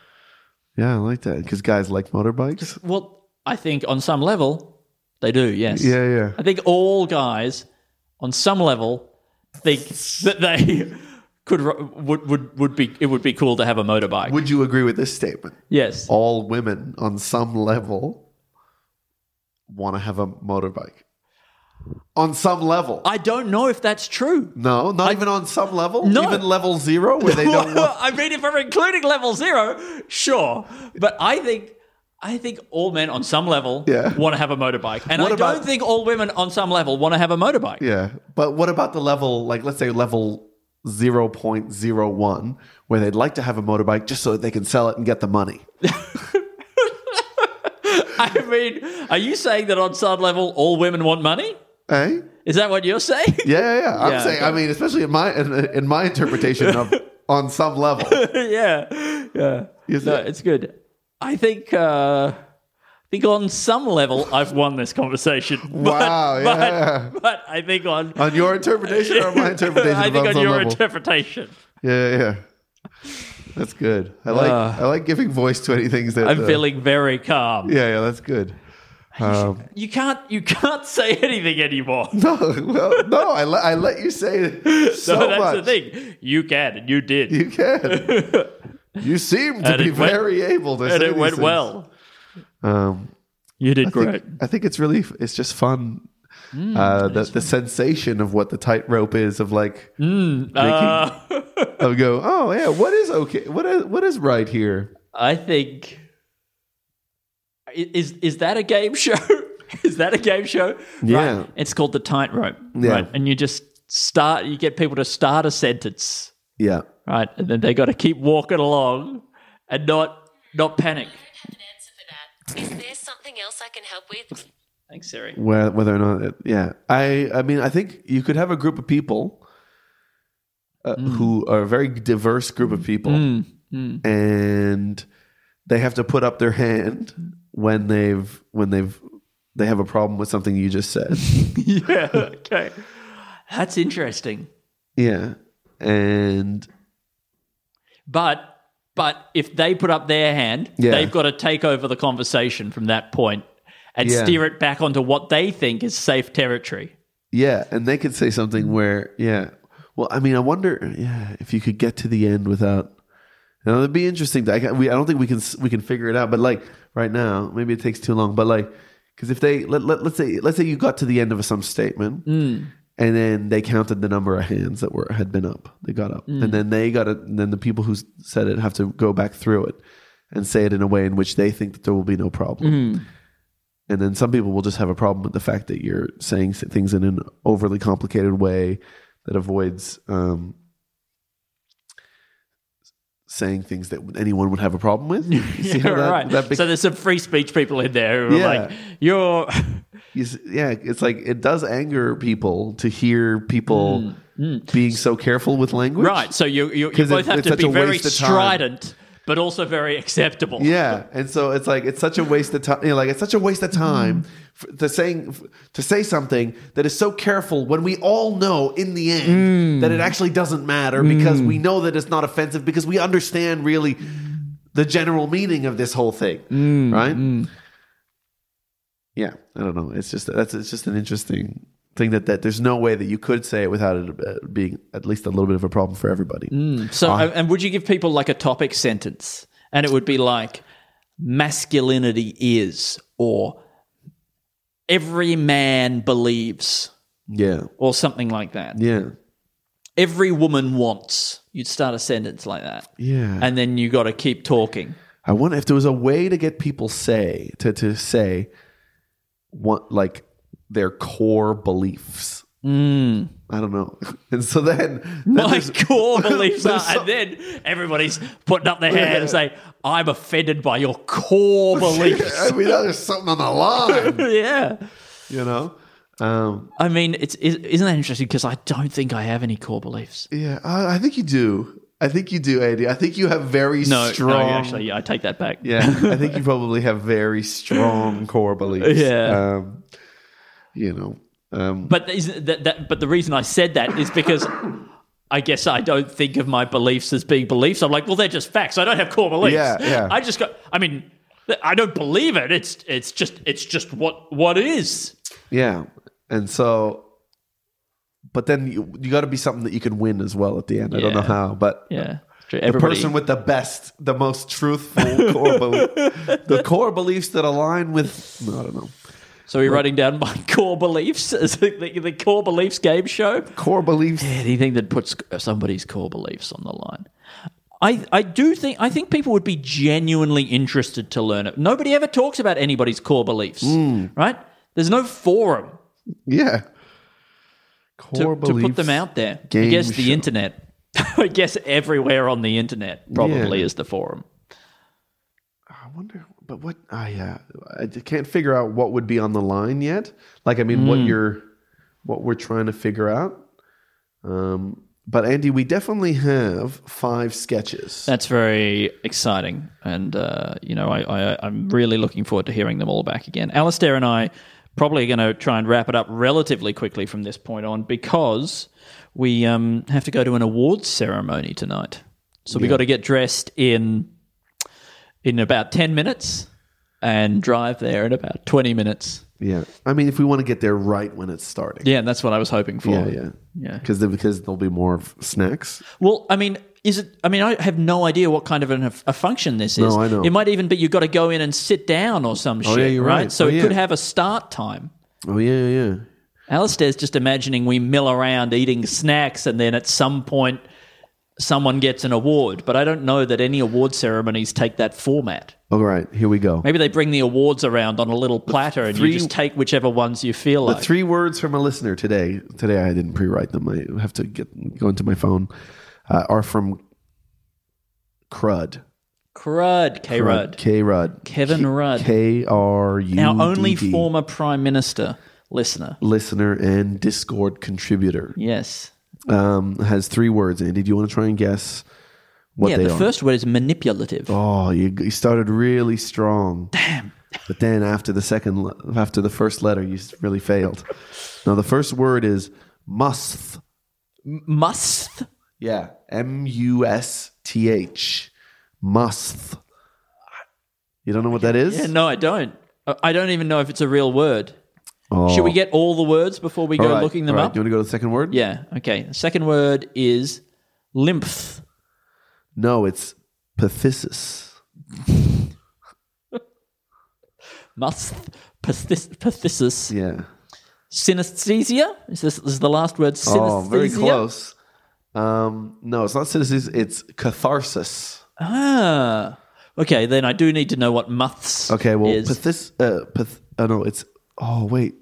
Speaker 2: Yeah, I like that. Because guys like motorbikes.
Speaker 3: Well, I think on some level they do. Yes.
Speaker 2: Yeah, yeah.
Speaker 3: I think all guys on some level think that they could ro- would would would be it would be cool to have a motorbike.
Speaker 2: Would you agree with this statement?
Speaker 3: yes.
Speaker 2: All women on some level want to have a motorbike. On some level.
Speaker 3: I don't know if that's true.
Speaker 2: no, not even on some level.
Speaker 3: No.
Speaker 2: Even level zero where they don't want
Speaker 3: Well, I mean, if we're including level zero, sure. But I think I think all men on some level
Speaker 2: Yeah.
Speaker 3: want to have a motorbike, and
Speaker 2: What
Speaker 3: I
Speaker 2: about-
Speaker 3: don't think all women on some level want to have a motorbike.
Speaker 2: Yeah. But what about the level, like let's say level 0.01, where they'd like to have a motorbike just so that they can sell it and get the money?
Speaker 3: Eh? I mean, are you saying that on some level all women want money?
Speaker 2: Eh?
Speaker 3: Is that what you're saying?
Speaker 2: Yeah, yeah, yeah. I'm
Speaker 3: Yeah,
Speaker 2: saying,
Speaker 3: okay.
Speaker 2: I mean, especially in my in, in my interpretation of on some level.
Speaker 3: yeah, yeah.
Speaker 2: Is
Speaker 3: no,
Speaker 2: it?
Speaker 3: it's good. I think uh, I think on some level I've won this conversation. But,
Speaker 2: Wow, yeah.
Speaker 3: But, but I think on
Speaker 2: On your interpretation or my interpretation
Speaker 3: I
Speaker 2: of on
Speaker 3: think on
Speaker 2: some
Speaker 3: your
Speaker 2: level?
Speaker 3: interpretation.
Speaker 2: yeah, yeah, yeah. That's good. I like I like giving voice to any things that
Speaker 3: Uh. I'm
Speaker 2: uh,
Speaker 3: feeling very calm.
Speaker 2: Yeah, yeah, that's good. Um,
Speaker 3: You can't you can't say anything anymore.
Speaker 2: no, well, no, I, le- I let you say it so
Speaker 3: So that's
Speaker 2: much.
Speaker 3: the thing. You can and you did.
Speaker 2: You can. you seem to
Speaker 3: And
Speaker 2: be
Speaker 3: it went-
Speaker 2: very able to.
Speaker 3: and
Speaker 2: say
Speaker 3: it
Speaker 2: these
Speaker 3: went
Speaker 2: things.
Speaker 3: well.
Speaker 2: Um,
Speaker 3: You did
Speaker 2: I
Speaker 3: great. Hmm,
Speaker 2: think, I think it's really it's just fun. uh, the, the sensation of what the tightrope is of like
Speaker 3: Uh,
Speaker 2: of go oh yeah what is okay what is what is right here
Speaker 3: I think I- is is that a game show? is that a game show?
Speaker 2: Yeah.
Speaker 3: Right. It's called the tightrope.
Speaker 2: Yeah.
Speaker 3: Right. And you just start you get people to start a sentence.
Speaker 2: yeah
Speaker 3: Right. And then they gotta keep walking along and not not panic.
Speaker 4: don't have an answer for that. Is there something else I can help with?
Speaker 3: Thanks, Siri.
Speaker 2: where, whether or not it, yeah I I mean I think you could have a group of people uh, who are a very diverse group of people and they have to put up their hand when they've when they've they have a problem with something you just said
Speaker 3: yeah. Okay. That's interesting.
Speaker 2: yeah and
Speaker 3: But but if they put up their hand,
Speaker 2: Yeah.
Speaker 3: they've got to take over the conversation from that point and
Speaker 2: Yeah.
Speaker 3: steer it back onto what they think is safe territory.
Speaker 2: Yeah, and they could say something where, yeah. Well, I mean, I wonder, yeah, if you could get to the end without. Now that'd be interesting. I, ca- we, I don't think we can s- we can figure it out, but like right now, maybe it takes too long. But like, because if they let, let let's say let's say you got to the end of some statement, and then they counted the number of hands that were had been up, they got up, and then they got it. And then the people who s- said it have to go back through it and say it in a way in which they think that there will be no problem. And then some people will just have a problem with the fact that you're saying s- things in an overly complicated way that avoids um, saying things that anyone would have a problem with. You see how that-
Speaker 3: right.
Speaker 2: that bec-
Speaker 3: so there's some free speech people in there who
Speaker 2: Yeah.
Speaker 3: are like, "You're
Speaker 2: you s- yeah, it's like it does anger people to hear people being so careful with language.
Speaker 3: Mm, right." So you you, you
Speaker 2: 'Cause
Speaker 3: both
Speaker 2: it's-
Speaker 3: have
Speaker 2: it's
Speaker 3: to
Speaker 2: such
Speaker 3: be
Speaker 2: a
Speaker 3: very
Speaker 2: waste of time.
Speaker 3: strident, but also very acceptable.
Speaker 2: Yeah, and so it's like it's such a waste of time. You know, like it's such a waste of time f to saying f- to say something that is so careful when we all know in the end that it actually doesn't matter because we know that it's not offensive because we understand really the general meaning of this whole thing, right? Yeah, I don't know. It's just that's it's just an interesting thing that that there's no way that you could say it without it uh, being at least a little bit of a problem for everybody.
Speaker 3: Mm. So and- and would you give people like a topic sentence, and it would be like, "Masculinity is," or "Every man believes,"
Speaker 2: Yeah,
Speaker 3: or something like that.
Speaker 2: yeah,
Speaker 3: every woman wants. You'd start a sentence like that.
Speaker 2: yeah.
Speaker 3: And then you got to keep talking.
Speaker 2: I wonder if there was a way to get people say to to say what like their core beliefs. I don't know. And so then, then
Speaker 3: Hmm. My
Speaker 2: there's-
Speaker 3: core beliefs are.
Speaker 2: there's some-
Speaker 3: and then everybody's putting up their hand and say, I'm offended by your core beliefs.
Speaker 2: I mean, there's something on the line,
Speaker 3: yeah.
Speaker 2: you know. Um,
Speaker 3: I mean, it's is- isn't that interesting? Because I don't think I have any core beliefs.
Speaker 2: yeah, I, I think you do. I think you do, Andy. I think you have very
Speaker 3: No,
Speaker 2: strong.
Speaker 3: no, actually, yeah, I take that back.
Speaker 2: yeah, I think you probably have very strong core beliefs.
Speaker 3: Yeah.
Speaker 2: um, you know. Um,
Speaker 3: But isn't that, that but the reason I said that is because I guess I don't think of my beliefs as being beliefs. I'm like, well, they're just facts. I don't have core beliefs.
Speaker 2: Yeah, yeah.
Speaker 3: I just got. I mean, th- I don't believe it. It's it's just it's just what what is.
Speaker 2: Yeah. And so, but then you, you got to be something that you can win as well at the end. I don't know
Speaker 3: Yeah.
Speaker 2: how, but
Speaker 3: Yeah,
Speaker 2: the person with the best, the most truthful core belief, the core beliefs that align with, no, I don't know,
Speaker 3: so you're writing down my core beliefs as the, the, the core beliefs game show.
Speaker 2: core beliefs.
Speaker 3: Anything that puts somebody's core beliefs on the line. I, I do think I think people would be genuinely interested to learn it. Nobody ever talks about anybody's core beliefs, right? There's no forum
Speaker 2: Yeah.
Speaker 3: to,
Speaker 2: Core
Speaker 3: to put them out there. I
Speaker 2: Game
Speaker 3: guess the
Speaker 2: show.
Speaker 3: internet. I guess everywhere on the internet probably
Speaker 2: Yeah.
Speaker 3: is the forum.
Speaker 2: I wonder, but what, ah, yeah. I d- can't figure out what would be on the line yet. Like, I mean, what
Speaker 3: Hmm.
Speaker 2: you're, what we're trying to figure out. Um, but Andy, we definitely have five sketches.
Speaker 3: That's very exciting, and uh, you know I, I, I'm really looking forward to hearing them all back again. Alistair and I probably going to try and wrap it up relatively quickly from this point on because we um, have to go to an awards ceremony tonight. So we got to get dressed in in about ten minutes, and drive there in about 20 minutes.
Speaker 2: Yeah. I mean, if we want to get there right when it's starting.
Speaker 3: Yeah, that's what I was hoping for.
Speaker 2: Yeah. Yeah.
Speaker 3: Yeah.
Speaker 2: Because there, because there'll be more f- snacks.
Speaker 3: Well, I mean, is it? I mean, I have no idea what kind of an, a function this is.
Speaker 2: No, I know.
Speaker 3: It might even be you got to go in and sit down or some shit.
Speaker 2: yeah, you're right.
Speaker 3: So
Speaker 2: Oh,
Speaker 3: it
Speaker 2: yeah.
Speaker 3: could have a start time.
Speaker 2: Oh yeah, yeah, yeah.
Speaker 3: Alistair's just imagining we mill around eating snacks and then at some point someone gets an award. But I don't know that any award ceremonies take that format.
Speaker 2: All right, here we go.
Speaker 3: Maybe they bring the awards around on a little platter and
Speaker 2: three-
Speaker 3: you just take whichever ones you feel
Speaker 2: The
Speaker 3: like.
Speaker 2: three words from a listener today. Today I didn't pre-write them. I have to get go into my phone. Uh, are from crud.
Speaker 3: Crud, K Rudd.
Speaker 2: K Rudd.
Speaker 3: Kevin Rudd.
Speaker 2: K R U.
Speaker 3: Our only
Speaker 2: D D.
Speaker 3: former prime minister listener.
Speaker 2: listener and Discord contributor
Speaker 3: Yes.
Speaker 2: um, has three words. Andy, do you want to try and guess what
Speaker 3: yeah,
Speaker 2: they
Speaker 3: the
Speaker 2: are?
Speaker 3: first word is manipulative.
Speaker 2: Oh, you, you started really strong. Damn. But then after the second, le- after the first letter, you s- really failed. now the first word is must.
Speaker 3: Must.
Speaker 2: Yeah, M U S T H. Must. You don't know what that is?
Speaker 3: Yeah, no, I don't. I- I don't even know if it's a real word.
Speaker 2: Oh.
Speaker 3: Should we get all the words before we
Speaker 2: All
Speaker 3: go
Speaker 2: right,
Speaker 3: looking them
Speaker 2: all right.
Speaker 3: up?
Speaker 2: Do you want to go to the second word?
Speaker 3: Yeah. Okay. The second word is lymph.
Speaker 2: No, it's pathesis.
Speaker 3: Must. Pathis, pathesis.
Speaker 2: Yeah.
Speaker 3: Synesthesia. Is this, this is the last word? Synesthesia.
Speaker 2: Oh, very close. Um, no, it's not cynicism. It's catharsis.
Speaker 3: Ah. Okay. Then I do need to know what muths.
Speaker 2: Okay, well,
Speaker 3: is.
Speaker 2: pathis. Uh, path- oh no, it's. Oh wait,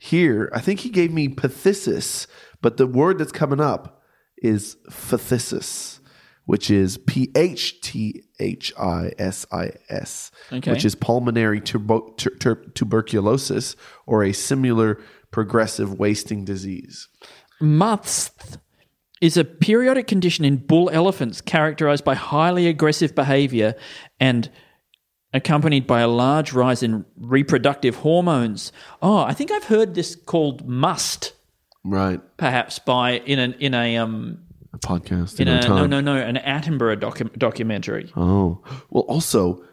Speaker 2: here I think he gave me pathesis, but the word that's coming up is phthisis, which is p h t h i s i s,
Speaker 3: Okay.
Speaker 2: which is pulmonary turbo- tur- tur- tuberculosis or a similar progressive wasting disease.
Speaker 3: Muths is a periodic condition in bull elephants characterized by highly aggressive behavior and accompanied by a large rise in reproductive hormones. Oh, I think I've heard this called must,
Speaker 2: Right,
Speaker 3: perhaps by in an in a um
Speaker 2: a podcast
Speaker 3: in
Speaker 2: in,
Speaker 3: a
Speaker 2: our time.
Speaker 3: no no no an Attenborough docu- documentary.
Speaker 2: Oh. Well, also,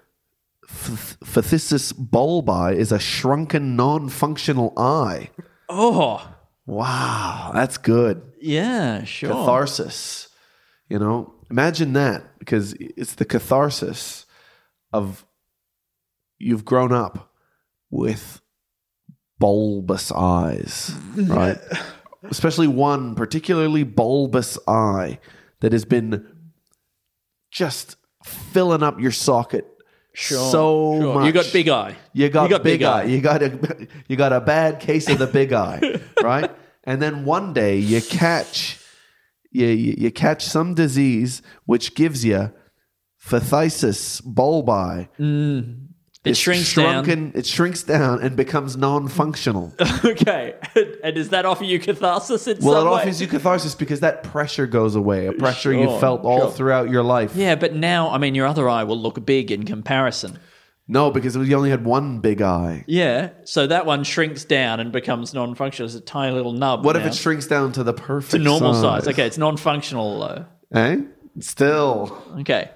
Speaker 2: ph- phthisis bulbi is a shrunken, non functional eye.
Speaker 3: Oh,
Speaker 2: Wow. That's good.
Speaker 3: yeah, sure.
Speaker 2: Catharsis. You know, imagine that because it's the catharsis of you've grown up with bulbous eyes, right? Especially one particularly bulbous eye that has been just filling up your socket
Speaker 3: Sure,
Speaker 2: so
Speaker 3: sure.
Speaker 2: much.
Speaker 3: You got big eye.
Speaker 2: You got,
Speaker 3: You got
Speaker 2: big,
Speaker 3: big
Speaker 2: eye.
Speaker 3: eye.
Speaker 2: You got a you got a bad case of the big eye, right? And then one day you catch you, you, you catch some disease which gives you phthisis bulbi.
Speaker 3: It shrinks
Speaker 2: shrunken, It shrinks down and becomes non-functional.
Speaker 3: down. okay, and does that offer you catharsis in
Speaker 2: well,
Speaker 3: some
Speaker 2: it
Speaker 3: way?
Speaker 2: offers you catharsis because that pressure goes away, a pressure you
Speaker 3: Sure,
Speaker 2: felt all
Speaker 3: sure.
Speaker 2: throughout your life.
Speaker 3: Yeah, but now I mean your other eye will look big in comparison.
Speaker 2: No, because you only had one big eye.
Speaker 3: Yeah, so that one shrinks down and becomes non-functional. It's a tiny little nub.
Speaker 2: What
Speaker 3: now.
Speaker 2: if it shrinks down to the perfect
Speaker 3: to normal size? Okay, it's non-functional though.
Speaker 2: Eh? Still.
Speaker 3: Okay,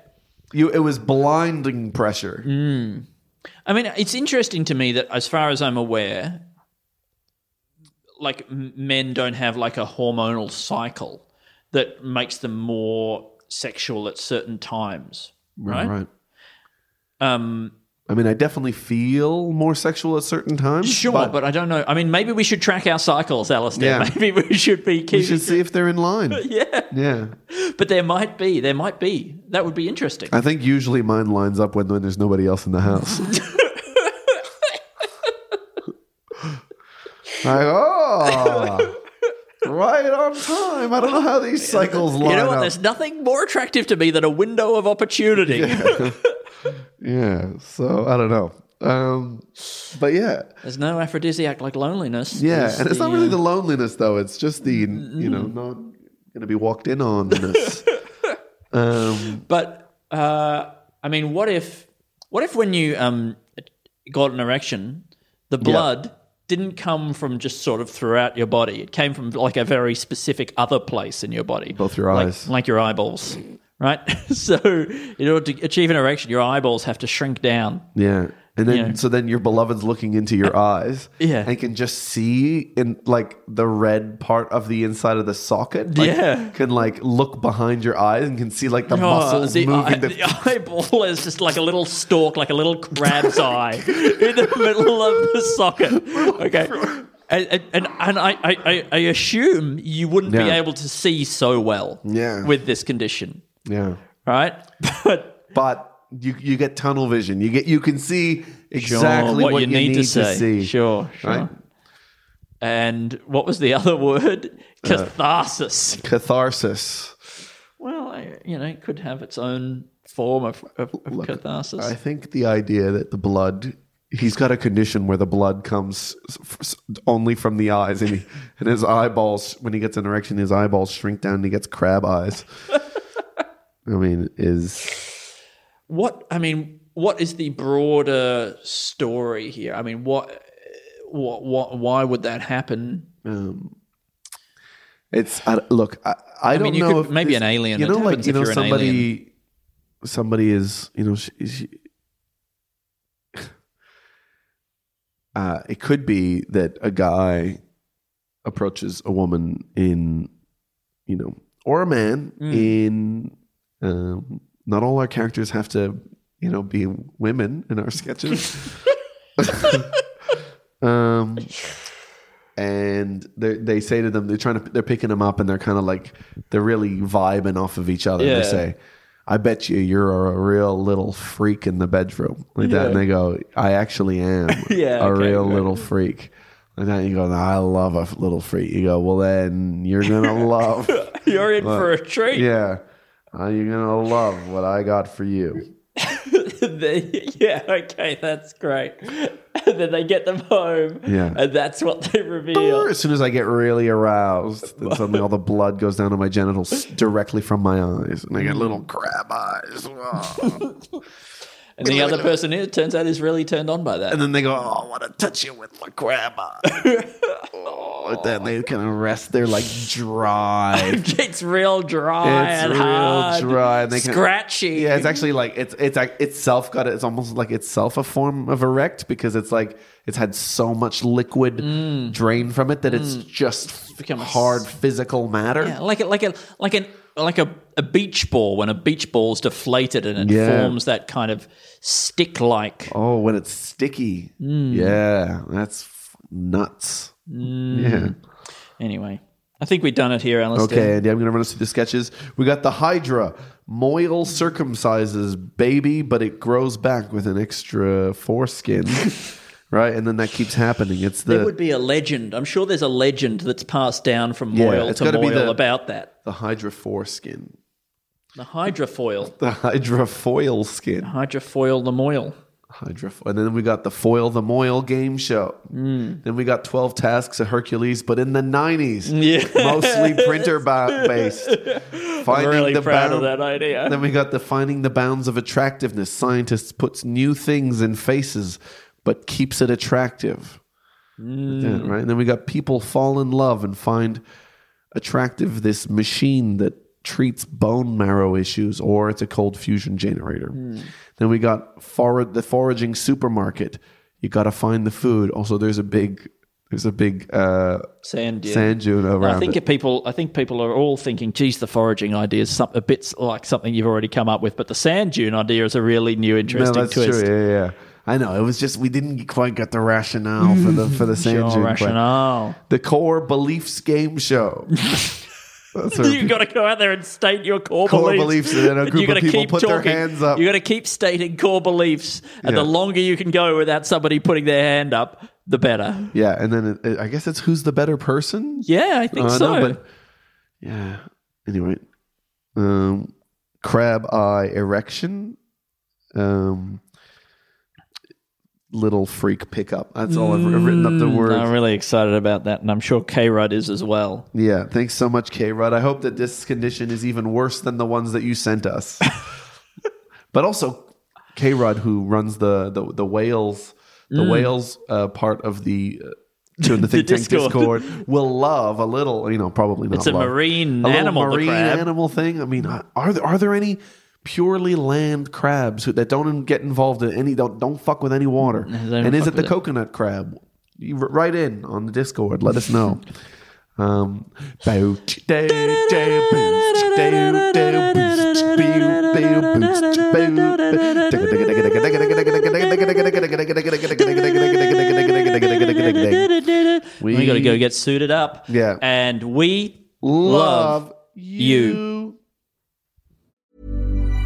Speaker 2: You, it was blinding pressure.
Speaker 3: I mean it's interesting to me that as far as I'm aware, like m- men don't have like a hormonal cycle that makes them more sexual at certain times, right? Um,
Speaker 2: I mean, I definitely feel more sexual at certain times.
Speaker 3: sure, but, I don't know. I mean, maybe we should track our cycles, Alistair.
Speaker 2: Yeah.
Speaker 3: Maybe we should be keeping.
Speaker 2: we should see if they're in line.
Speaker 3: yeah.
Speaker 2: yeah,
Speaker 3: But there might be. There might be. That would be interesting.
Speaker 2: I think usually mine lines up when, when there's nobody else in the house. like, oh, right on time. I don't know how these cycles line
Speaker 3: You know what?
Speaker 2: up.
Speaker 3: There's nothing more attractive to me than a window of opportunity.
Speaker 2: yeah, so I don't know. Um, but yeah,
Speaker 3: There's no aphrodisiac like loneliness.
Speaker 2: yeah,
Speaker 3: There's
Speaker 2: and it's not
Speaker 3: the,
Speaker 2: really
Speaker 3: uh, Mm-hmm.
Speaker 2: the loneliness though. It's just the you know not going to be walked in on. um,
Speaker 3: But uh, I mean, what if? What if when you um, got an erection, the blood didn't come from just sort of throughout your body. It came from like a very specific other place in your body,
Speaker 2: Both your
Speaker 3: Like-
Speaker 2: eyes.
Speaker 3: like your eyeballs, right? so in order to achieve an erection, your eyeballs have to shrink down.
Speaker 2: yeah. And then,
Speaker 3: Yeah. Uh,
Speaker 2: so then your beloved's looking into your eyes,
Speaker 3: Yeah.
Speaker 2: and can just see in like the red part of the inside of the socket, like,
Speaker 3: Yeah.
Speaker 2: can like look behind your eyes and can see like the
Speaker 3: Oh,
Speaker 2: muscles
Speaker 3: the,
Speaker 2: moving.
Speaker 3: eye-
Speaker 2: the,
Speaker 3: the eyeball is just like a little stalk, like a little crab's eye in the middle of the socket. Okay. And, and, and, and I, I, I- I assume you wouldn't be
Speaker 2: Yeah.
Speaker 3: able to see so well
Speaker 2: Yeah.
Speaker 3: with this condition,
Speaker 2: yeah,
Speaker 3: right? But
Speaker 2: but you you get tunnel vision. You get you can see
Speaker 3: sure,
Speaker 2: exactly
Speaker 3: what, you, need, to, say.
Speaker 2: see.
Speaker 3: Sure, sure.
Speaker 2: right?
Speaker 3: And what was the other word? Catharsis.
Speaker 2: Catharsis.
Speaker 3: Well, I, you know, it could have its own form of, of, of catharsis.
Speaker 2: I think the idea that the blood. He's got a condition where the blood comes s- f- s- only from the eyes, and, he, and his eyeballs, when he gets an erection, his eyeballs shrink down and he gets crab eyes. I mean, is
Speaker 3: what I mean, what is the broader story here? I mean, what, what, what why would that happen?
Speaker 2: um, it's I, look. I, I, don't
Speaker 3: mean, you
Speaker 2: know
Speaker 3: could-
Speaker 2: if
Speaker 3: maybe
Speaker 2: this-
Speaker 3: an alien.
Speaker 2: You
Speaker 3: It
Speaker 2: know, like
Speaker 3: happens
Speaker 2: you
Speaker 3: if
Speaker 2: know,
Speaker 3: you're an
Speaker 2: somebody, somebody is you know, she, she, uh, it could be that a guy approaches a woman in, you know, or a man in. Um, not all our characters have to, you know, be women in our sketches. um, and they they say to them, they're trying to, they're picking them up, and they're kind of like they're really vibing off of each other.
Speaker 3: Yeah.
Speaker 2: They say, "I bet you you're a real little freak in the bedroom," like that, and they go, "I actually am
Speaker 3: Yeah,
Speaker 2: a
Speaker 3: okay,
Speaker 2: real
Speaker 3: good.
Speaker 2: little freak." And then you go, "No, "I love a little freak." You go, "Well, then you're gonna love,
Speaker 3: You're in for a treat.
Speaker 2: yeah, uh, you're gonna love what I got for you."
Speaker 3: They- yeah, okay, that's great. And then they get them home,
Speaker 2: Yeah.
Speaker 3: and that's what they reveal.
Speaker 2: As soon as I get really aroused, then suddenly all the blood goes down to my genitals directly from my eyes, and I
Speaker 3: Mm.
Speaker 2: get little crab eyes. Oh.
Speaker 3: And the other person here, it turns out, is really turned on by that.
Speaker 2: and then they go, "Oh, I want to touch you with my crab eyes." oh, and then they kind of rest their like dry.
Speaker 3: It's real dry
Speaker 2: It's
Speaker 3: and
Speaker 2: real
Speaker 3: hard,
Speaker 2: dry, and they can-
Speaker 3: scratchy.
Speaker 2: Yeah, it's actually like it's it's ac- itself got it's almost like itself a form of erect because it's like it's had so much liquid drained from it that it's just
Speaker 3: Mm. become a s-
Speaker 2: hard physical matter.
Speaker 3: Yeah, like a, like a like an like a, a beach ball when a beach ball's deflated and it
Speaker 2: Yeah.
Speaker 3: forms that kind of stick like.
Speaker 2: Oh, when it's sticky.
Speaker 3: Mm.
Speaker 2: Yeah, that's f- nuts.
Speaker 3: Mm.
Speaker 2: Yeah.
Speaker 3: Anyway, I think we've done it here, Alistair.
Speaker 2: Okay, Andy, I'm going to run us through the sketches. We got the Hydra. Moyle circumcises baby, but it grows back with an extra foreskin. right? And then that keeps happening. It's
Speaker 3: There
Speaker 2: the,
Speaker 3: would be a legend. I'm sure there's a legend that's passed down from
Speaker 2: Yeah,
Speaker 3: Moyle
Speaker 2: it's
Speaker 3: to
Speaker 2: gotta be
Speaker 3: Moyle
Speaker 2: the-
Speaker 3: about that.
Speaker 2: the Hydra foreskin.
Speaker 3: The hydrofoil.
Speaker 2: The Hydra foil skin.
Speaker 3: Hydrofoil the Moyle.
Speaker 2: Hydra, and then we got the Foil the Moil game show.
Speaker 3: Hmm.
Speaker 2: Then we got 12 Tasks of Hercules, but in the 90s, mostly printer ba- based. Finding
Speaker 3: Really proud of
Speaker 2: bound-
Speaker 3: that idea.
Speaker 2: Then we got the Finding the Bounds of Attractiveness. Scientists puts new things in faces, but keeps it attractive.
Speaker 3: Mm.
Speaker 2: Yeah, right? And then we got people fall in love and find attractive this machine that treats bone marrow issues or it's a cold fusion generator.
Speaker 3: Hmm.
Speaker 2: Then we got forward the foraging supermarket. You got to find the food. Also there's a big there's a big uh,
Speaker 3: Sand dune.
Speaker 2: sand dune around.
Speaker 3: I think
Speaker 2: it.
Speaker 3: if people, I think people are all thinking, "Geez, the foraging idea is some, a bit like something you've already come up with." But the sand dune idea is a really new,
Speaker 2: No,
Speaker 3: interesting
Speaker 2: that's
Speaker 3: twist.
Speaker 2: true. Yeah, yeah. I know. It was just we didn't quite get the rationale for the for the sand
Speaker 3: Your
Speaker 2: dune. play.
Speaker 3: Oh, rationale.
Speaker 2: The core beliefs game show. That's what
Speaker 3: you got to go out there and state your core,
Speaker 2: Core
Speaker 3: beliefs.
Speaker 2: beliefs, and then a group
Speaker 3: you gotta
Speaker 2: of people
Speaker 3: keep
Speaker 2: put their hands up.
Speaker 3: You got to keep stating core beliefs, and
Speaker 2: Yeah.
Speaker 3: the longer you can go without somebody putting their hand up, the better.
Speaker 2: yeah, and then it, it- I guess it's who's the better person.
Speaker 3: Yeah, I think
Speaker 2: Uh,
Speaker 3: so.
Speaker 2: but yeah. Anyway, um, crab eye erection, um, little freak pickup. That's all I've, I've written up the words.
Speaker 3: I'm really excited about that, and I'm sure K Rudd is as well.
Speaker 2: Yeah, thanks so much, K Rudd. I hope that this condition is even worse than the ones that you sent us. but also, K Rudd, who runs the the, the whales, the whales uh, part of the. Uh, Doing the think tank
Speaker 3: Discord.
Speaker 2: Discord. will love a little, you know, probably not.
Speaker 3: It's a
Speaker 2: love. a
Speaker 3: marine
Speaker 2: little
Speaker 3: animal, the
Speaker 2: marine
Speaker 3: crab.
Speaker 2: animal thing. I mean, are there are there any purely land crabs who, that don't in- get involved in any don't don't fuck with any water.
Speaker 3: don't
Speaker 2: And is
Speaker 3: fuck
Speaker 2: it the
Speaker 3: with it.
Speaker 2: coconut crab? You r- write in on the Discord. Let us know. Um, boot, day, day, boost, day, day, boost, boo, boo, boost, boo.
Speaker 3: We, got to go get suited up.
Speaker 2: Yeah.
Speaker 3: And we
Speaker 2: love you.
Speaker 3: you.